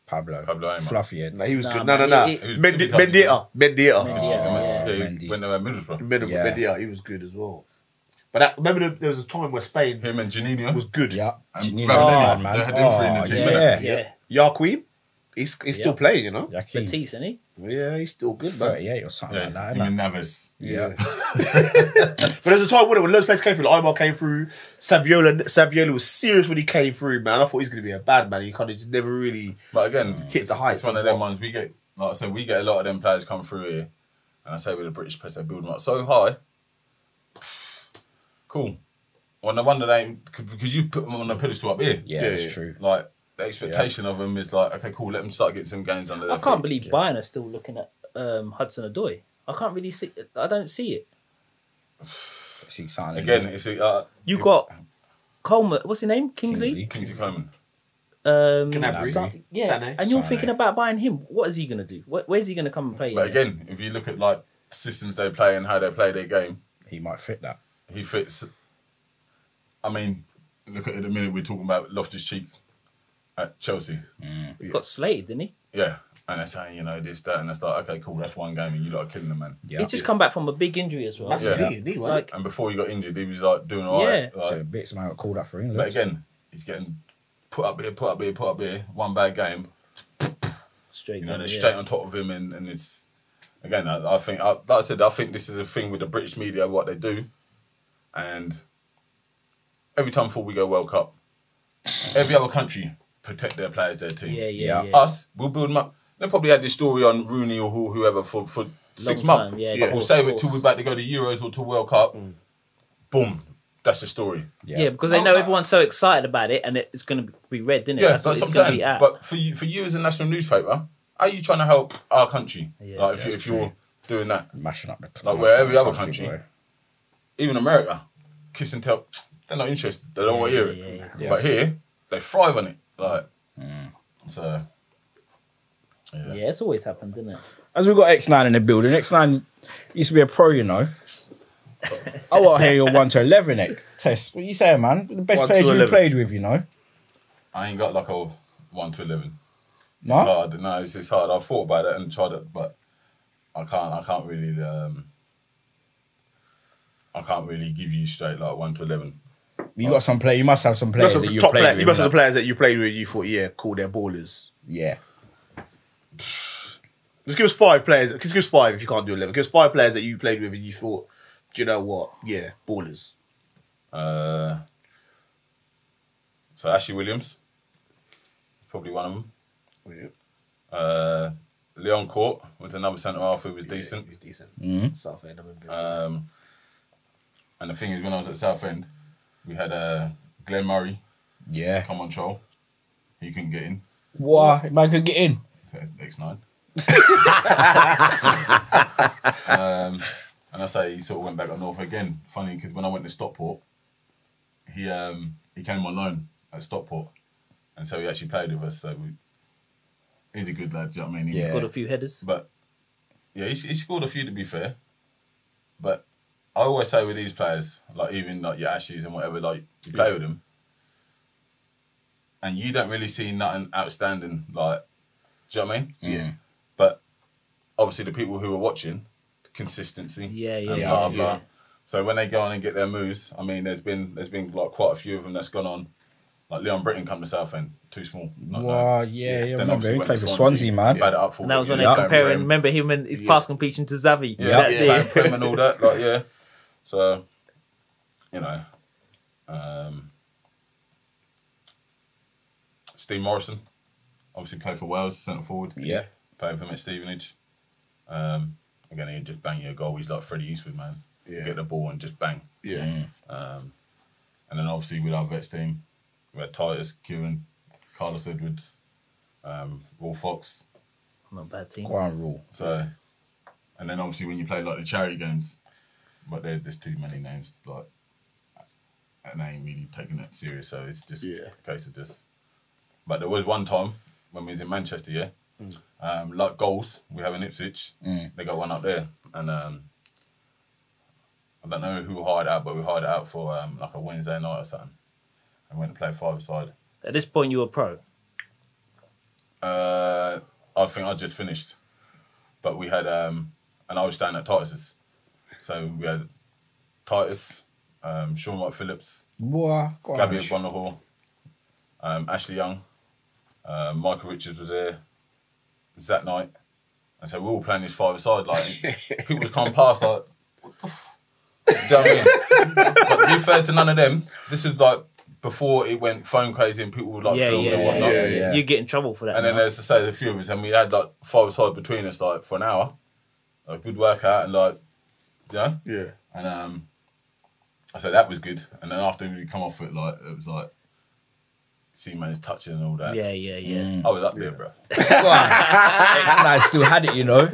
S1: Pablo.
S2: Pablo Aymar.
S1: Fluffy head.
S4: No, he was
S3: Nah,
S4: good. No, no,
S3: man,
S4: no.
S3: it- it-
S4: Mendi-
S2: It was-
S4: Mendieta, Mendieta,
S3: Yeah,
S2: yeah.
S1: Oh, yeah.
S2: he
S1: Mendy.
S2: went to uh, Middlesbrough.
S4: Mendieta,
S1: Yeah.
S4: Mendieta. He was good as well. But that, remember there- there was a time where Spain
S2: Him and Janino.
S4: was good.
S1: Yeah.
S2: And
S1: Janino,
S2: Ravelli,
S1: man.
S2: they had him three in the
S1: Oh,
S2: team,
S3: Yeah.
S1: yeah.
S3: Yeah.
S4: Joaquim, he's he's still
S3: Yeah.
S4: playing, you know.
S1: Joaquin,
S3: Batiste, isn't he?
S4: Yeah, he's still good, man.
S1: 38 or something
S2: Yeah,
S1: like that.
S2: him
S1: innit?
S2: and Navas.
S1: Yeah.
S4: But there's a time when, when those players came through, like Omar came through, Saviola, Saviola was serious when he came through, man. I thought he's going to be a bad man. He kind of just never really.
S2: But again,
S4: Hit
S2: it's,
S4: the heights
S2: it's one of
S4: and
S2: them
S4: what?
S2: ones we get. Like I said, we get a lot of them players come through here, and I say with the British press, they build them up so high. Cool. Well, no wonder they ain't- c- because you put them on the pedestal up here.
S1: Yeah,
S4: Yeah,
S1: it's
S4: yeah.
S1: true.
S2: Like the expectation of them is like, okay, cool, let them start getting some games under. Their
S3: I can't
S2: feet.
S3: believe Bayern are still looking at um, Hudson Odoi. I can't really see. I don't see it.
S1: See, Silent
S2: Again,
S1: Hill.
S2: it's uh,
S3: You got Coleman. What's his name? Kingsley.
S1: Kingsley.
S2: Kingsley Coman.
S3: Um,
S4: Gnabry.
S3: Son- yeah.
S4: Sané.
S3: And you're
S1: Sané.
S3: thinking about buying him. What is he gonna do? Where, where's he gonna come and play?
S2: But
S3: in?
S2: again, if you look at like systems they play and how they play their game,
S1: he might fit that.
S2: he fits. I mean, look at it a minute. We're talking about Loftus Cheek at Chelsea.
S3: He's got slated, didn't he?
S2: Yeah, and they're saying you know this, that, and it's like okay, cool, that's one game, and you lot are killing the man.
S1: Yeah,
S3: He's just come back from a big injury as well.
S4: That's
S2: Yeah.
S4: a knee, knee, wasn't
S3: Like
S4: it?
S2: And before he got injured, he was like doing alright.
S3: Yeah.
S2: Like,
S1: The bits man got called up for England.
S2: Uh, but again, he's getting put up here, put up here, put up here. One bad game,
S3: straight.
S2: You know,
S3: down,
S2: they're
S3: yeah.
S2: straight on top of him, and, and it's again. I, I think, I, like I said, I think this is a thing with the British media, what they do, and every time before we go World Cup, every other country protect their players, their team.
S3: Yeah, yeah,
S1: Yeah.
S3: yeah.
S2: Us, we'll build them up. They probably had this story on Rooney or who- whoever for for six
S3: time,
S2: months.
S3: yeah,
S2: but
S3: of
S2: we'll
S3: course,
S2: save
S3: of
S2: it till
S3: course. Mm.
S2: we're about to go to Euros or to World Cup. Boom, that's the story.
S1: yeah.
S3: Yeah, because they
S2: Oh,
S3: know
S2: no.
S3: everyone's so excited about it, and it- it's going to be red, isn't it?
S2: Yeah,
S3: That's what
S2: that's
S3: it's
S2: what
S3: going
S2: I'm
S3: to be
S2: saying.
S3: at.
S2: But for you, for you as a national newspaper, are you trying to help our country?
S3: Yeah,
S2: like if, you,
S1: that's
S2: if you're doing that.
S1: mashing up the
S2: Like
S1: club.
S2: where every other country-
S1: boy.
S2: even America, kiss and tell, they're not interested. They don't want to hear it.
S3: yeah, yeah.
S1: Yeah.
S2: But here, they thrive on it. Like, so
S3: yeah. it's always happened, isn't it?
S1: As we've got X9 in the building, X9 used to be a pro, you know. I want to hear your 1 to 11 Nick. test. What you saying, man? The best
S4: 1 to
S1: players you
S4: 11.
S1: played with, you know.
S2: I ain't got like a one to eleven. It's
S1: No?
S2: hard. No, it's, it's hard. I thought about it and tried it, but I can't. I can't really. Um, I can't really give you straight like one to eleven.
S1: You got some play. You must have some
S4: You
S1: players
S4: must
S1: that
S4: have
S1: you
S4: top
S1: played
S4: player-
S1: with.
S4: you must have the
S1: like-
S4: players that you played with. You thought, yeah, cool, they're ballers.
S1: Yeah.
S4: Just give us five players. Just give us five if you can't do eleven. Give us five players that you played with and you thought, do you know what? Yeah, ballers.
S2: Uh, so Ashley Williams, probably one of them. Uh, Leon Court was another centre half who was decent.
S4: He's decent.
S3: Mm-hmm.
S4: Southend, I remember.
S3: Uh,
S2: Um, and the thing is, when I was at Southend, we had uh, Glenn Murray
S1: Yeah.
S2: come on troll. He couldn't get in.
S1: Wow. Man could get in.
S2: X nine. um, and I say he sort of went back up north again. Funny because when I went to Stockport, he um, he came on loan at Stockport, and so he actually played with us. So we, he's a good lad. Do you know what I mean? He's
S1: Yeah.
S3: Got a few headers.
S2: But yeah, he, he scored a few to be fair. But I always say with these players, like even like your Ashes and whatever, like you play with them, and you don't really see nothing outstanding. Like, do you know what I mean?
S1: Mm.
S2: Yeah. But obviously, the people who are watching, consistency.
S3: Yeah, yeah,
S2: and
S1: yeah,
S2: blah
S1: yeah.
S2: blah. So when they go on and get their moves, I mean, there's been there's been like quite a few of them that's gone on. Like Leon Britton come to Southend, too small. not
S1: Wow.
S2: known.
S1: Yeah. Yeah.
S2: Then
S1: remember,
S2: obviously
S1: he
S2: went
S1: played
S2: to
S1: for Swansea, man.
S2: Bad it up for
S3: And I was
S2: you,
S3: when
S2: don't
S3: they're
S2: remember
S3: comparing,
S2: him.
S3: remember him and his
S2: Yeah.
S3: pass completion to Xavi?
S2: Yeah,
S3: that
S2: yeah.
S3: day.
S2: Like *laughs* Prem and all that. Like, yeah. So, you know, um, Steve Morrison, obviously played for Wales, centre forward.
S1: Yeah.
S2: Played for him at Stevenage. Um, again, he'd just bang you a goal. He's like Freddie Eastwood, man.
S4: Yeah.
S2: Get the ball and just bang.
S4: yeah.
S2: Um, and then obviously with our vets team, we had Titus, Kieran, Carlos Edwards, um, Will Fox.
S3: Not a bad team.
S1: Ground rule.
S2: So, and then obviously when you play like the charity games, but there's just too many names like, and I ain't really taking that serious. So it's just
S4: Yeah.
S2: a case of just. But there was one time when we was in Manchester, yeah, um, like goals we have in Ipswich, they got one up there, and um, I don't know who hired out, but we hired out for um, like a Wednesday night or something, and went to play five side.
S3: At this point, you were pro.
S2: Uh, I think I just finished, but we had um, and I was staying at Titus's, so we had Titus, um, Sean White Phillips,
S1: Wow. go on.
S2: Gabby Bonahall, um, Ashley Young, uh, Michael Richards was there, Zach Knight, and so we were all playing this five side. Like people was coming past, like what the. F-? Do you know what I mean? but to be fair to none of them, this was like before it went phone crazy and people were like
S3: yeah,
S2: filming
S3: yeah,
S2: and
S3: yeah,
S2: whatnot.
S1: yeah, yeah.
S3: You get in trouble for that.
S2: And then
S3: now.
S2: as I say, the few of us, and we had like five aside between us, like for an hour, a good workout, and like, you know.
S4: Yeah.
S2: And um, I said that was good. And then after we come off it, like it was like, see, man's touching and all that. "Mm."
S3: yeah, yeah, yeah.
S2: I was up there, bro.
S1: X9 still had it, you know.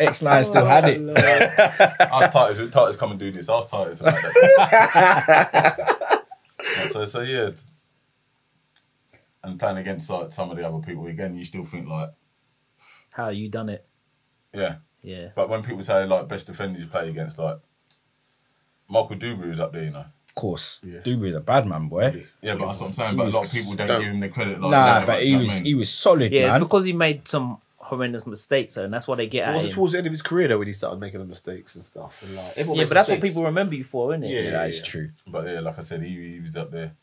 S1: X Nine still had it.
S2: Ask Titus, Titus, come and do this. Ask Titus about that. Yeah, so, so yeah, and playing against like some of the other people again, you still think like,
S3: How you done it?
S2: yeah.
S3: Yeah.
S2: But when people say like best defenders you play against, like Michael Dubry was up there, you know.
S1: Of course,
S2: Yeah.
S1: Dubry's a bad man, boy.
S2: Yeah, but that's what I'm saying. But a lot of people don't,
S4: Don't-
S2: give him the credit.
S1: Nah,
S2: Like, that,
S1: but
S2: do
S1: he
S2: you know what
S1: was
S2: I mean?
S1: he was solid,
S3: Yeah,
S1: man.
S3: because he made some horrendous mistakes, though, and that's why they get
S4: It
S3: at
S4: was
S3: him.
S4: towards the end of his career though when he started making the mistakes and stuff. And, like, everyone
S3: Yeah,
S4: makes
S3: but that's what
S4: mistakes.
S3: people remember you for, isn't it?
S1: yeah,
S2: Yeah,
S1: that is
S2: yeah.
S1: true.
S2: But yeah, like I said, he, he was up there.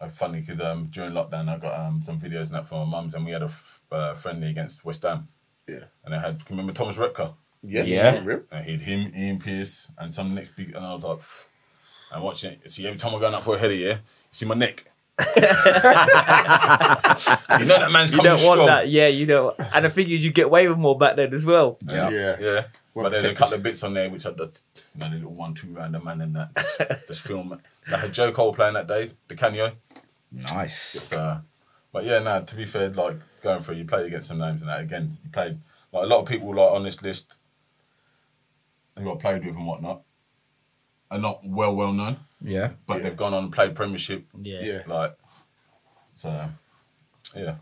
S2: I funny because um, during lockdown, I got um, some videos and that from my mum's, and we had a f- uh, friendly against West Ham,
S4: Yeah.
S2: and they had remember Thomas Repka.
S4: Yeah.
S1: Yeah.
S4: Really?
S2: And he had him, Ian Pierce, and some next big, and I was like, "Pff." and watching it. See, every time I'm going up for a header, yeah, you see my neck. *laughs* you know that man's
S3: You
S2: coming
S3: don't want
S2: strong.
S3: that, yeah. You don't, and the thing is, you get away with more back then as well.
S2: Yeah.
S4: Yeah.
S2: Yeah.
S4: Well
S2: but there's a
S4: protected.
S2: couple of bits on there which are the, you know, the little one, two random man and that.
S4: *laughs*
S2: Just, just film it. Like a Joe Cole playing that day, the Canio.
S1: Nice.
S2: So, but yeah, no, to be fair, like going through, you play against some names and that. Again, you played, like a lot of people like on this list who I played with and whatnot are not well, well known,
S1: Yeah.
S2: but they've gone on and played Premiership.
S3: Yeah.
S4: Yeah.
S2: Like, so, yeah.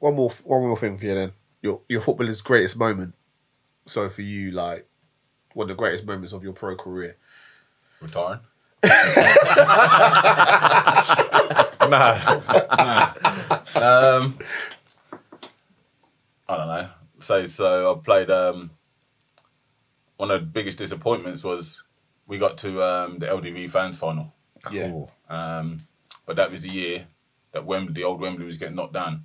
S4: One more, one more thing for you then. Your your footballer's greatest moment. So for you, like one of the greatest moments of your pro career.
S2: Retiring? *laughs* nah. nah. Um, I don't know. So, so I played. Um, one of the biggest disappointments was we got to um, the LDV fans final,
S4: *laughs* Yeah.
S1: Cool.
S2: um, but that was the year that Wembley, the old Wembley, was getting knocked down.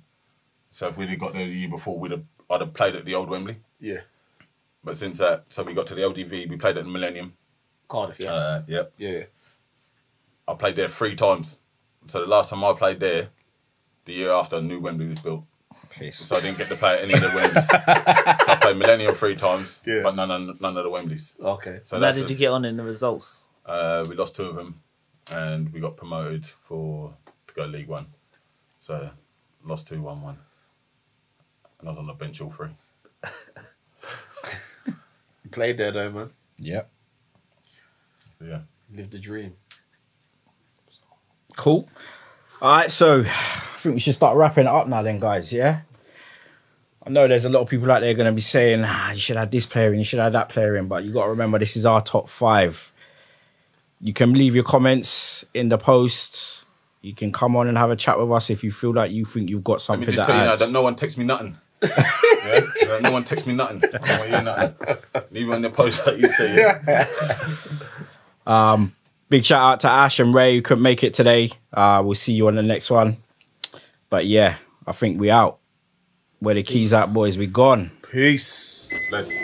S2: So if we'd have got there the year before, we'd have I'd have played at the old Wembley.
S4: Yeah.
S2: But since that, so we got to the LDV, we played at the Millennium.
S4: Cardiff. Yeah.
S2: Uh, yep.
S4: yeah.
S2: I played there three times. So the last time I played there, the year after New Wembley was built.
S1: Piss.
S2: So I didn't get to play at any of the
S3: *laughs*
S2: Wembleys. so I played Millennium three times,
S4: Yeah.
S2: but none, of- none of the Wembleys.
S4: Okay.
S2: So
S3: How
S2: that's
S3: did
S2: a-
S3: you get on in the results?
S2: uh, we lost two of them, and we got promoted for to go League One. So lost two one one, and I was on the bench all three.
S4: You played there though, man.
S1: Yep.
S2: So, yeah,
S4: Lived the dream.
S1: Cool. All right, so *sighs* I think we should start wrapping it up now, then, guys. Yeah. I know there's a lot of people out there going to be saying, ah, you should have this player in, you should have that player in, but you got to remember this is our top five. You can leave your comments in the post. You can come on and have a chat with us if you feel like you think you've got
S2: let me
S1: something
S2: just
S1: that
S2: tell you now
S1: adds.
S2: that no one texts me nothing. yeah? No one texts me nothing. I want you nothing. Leave it on the post that you see.
S1: Big shout out to Ash and Ray who couldn't make it today. Uh, we'll see you on the next one. But yeah, I think we out. Where the keys
S3: Peace.
S1: out, boys. We gone.
S4: Peace.
S2: Bless.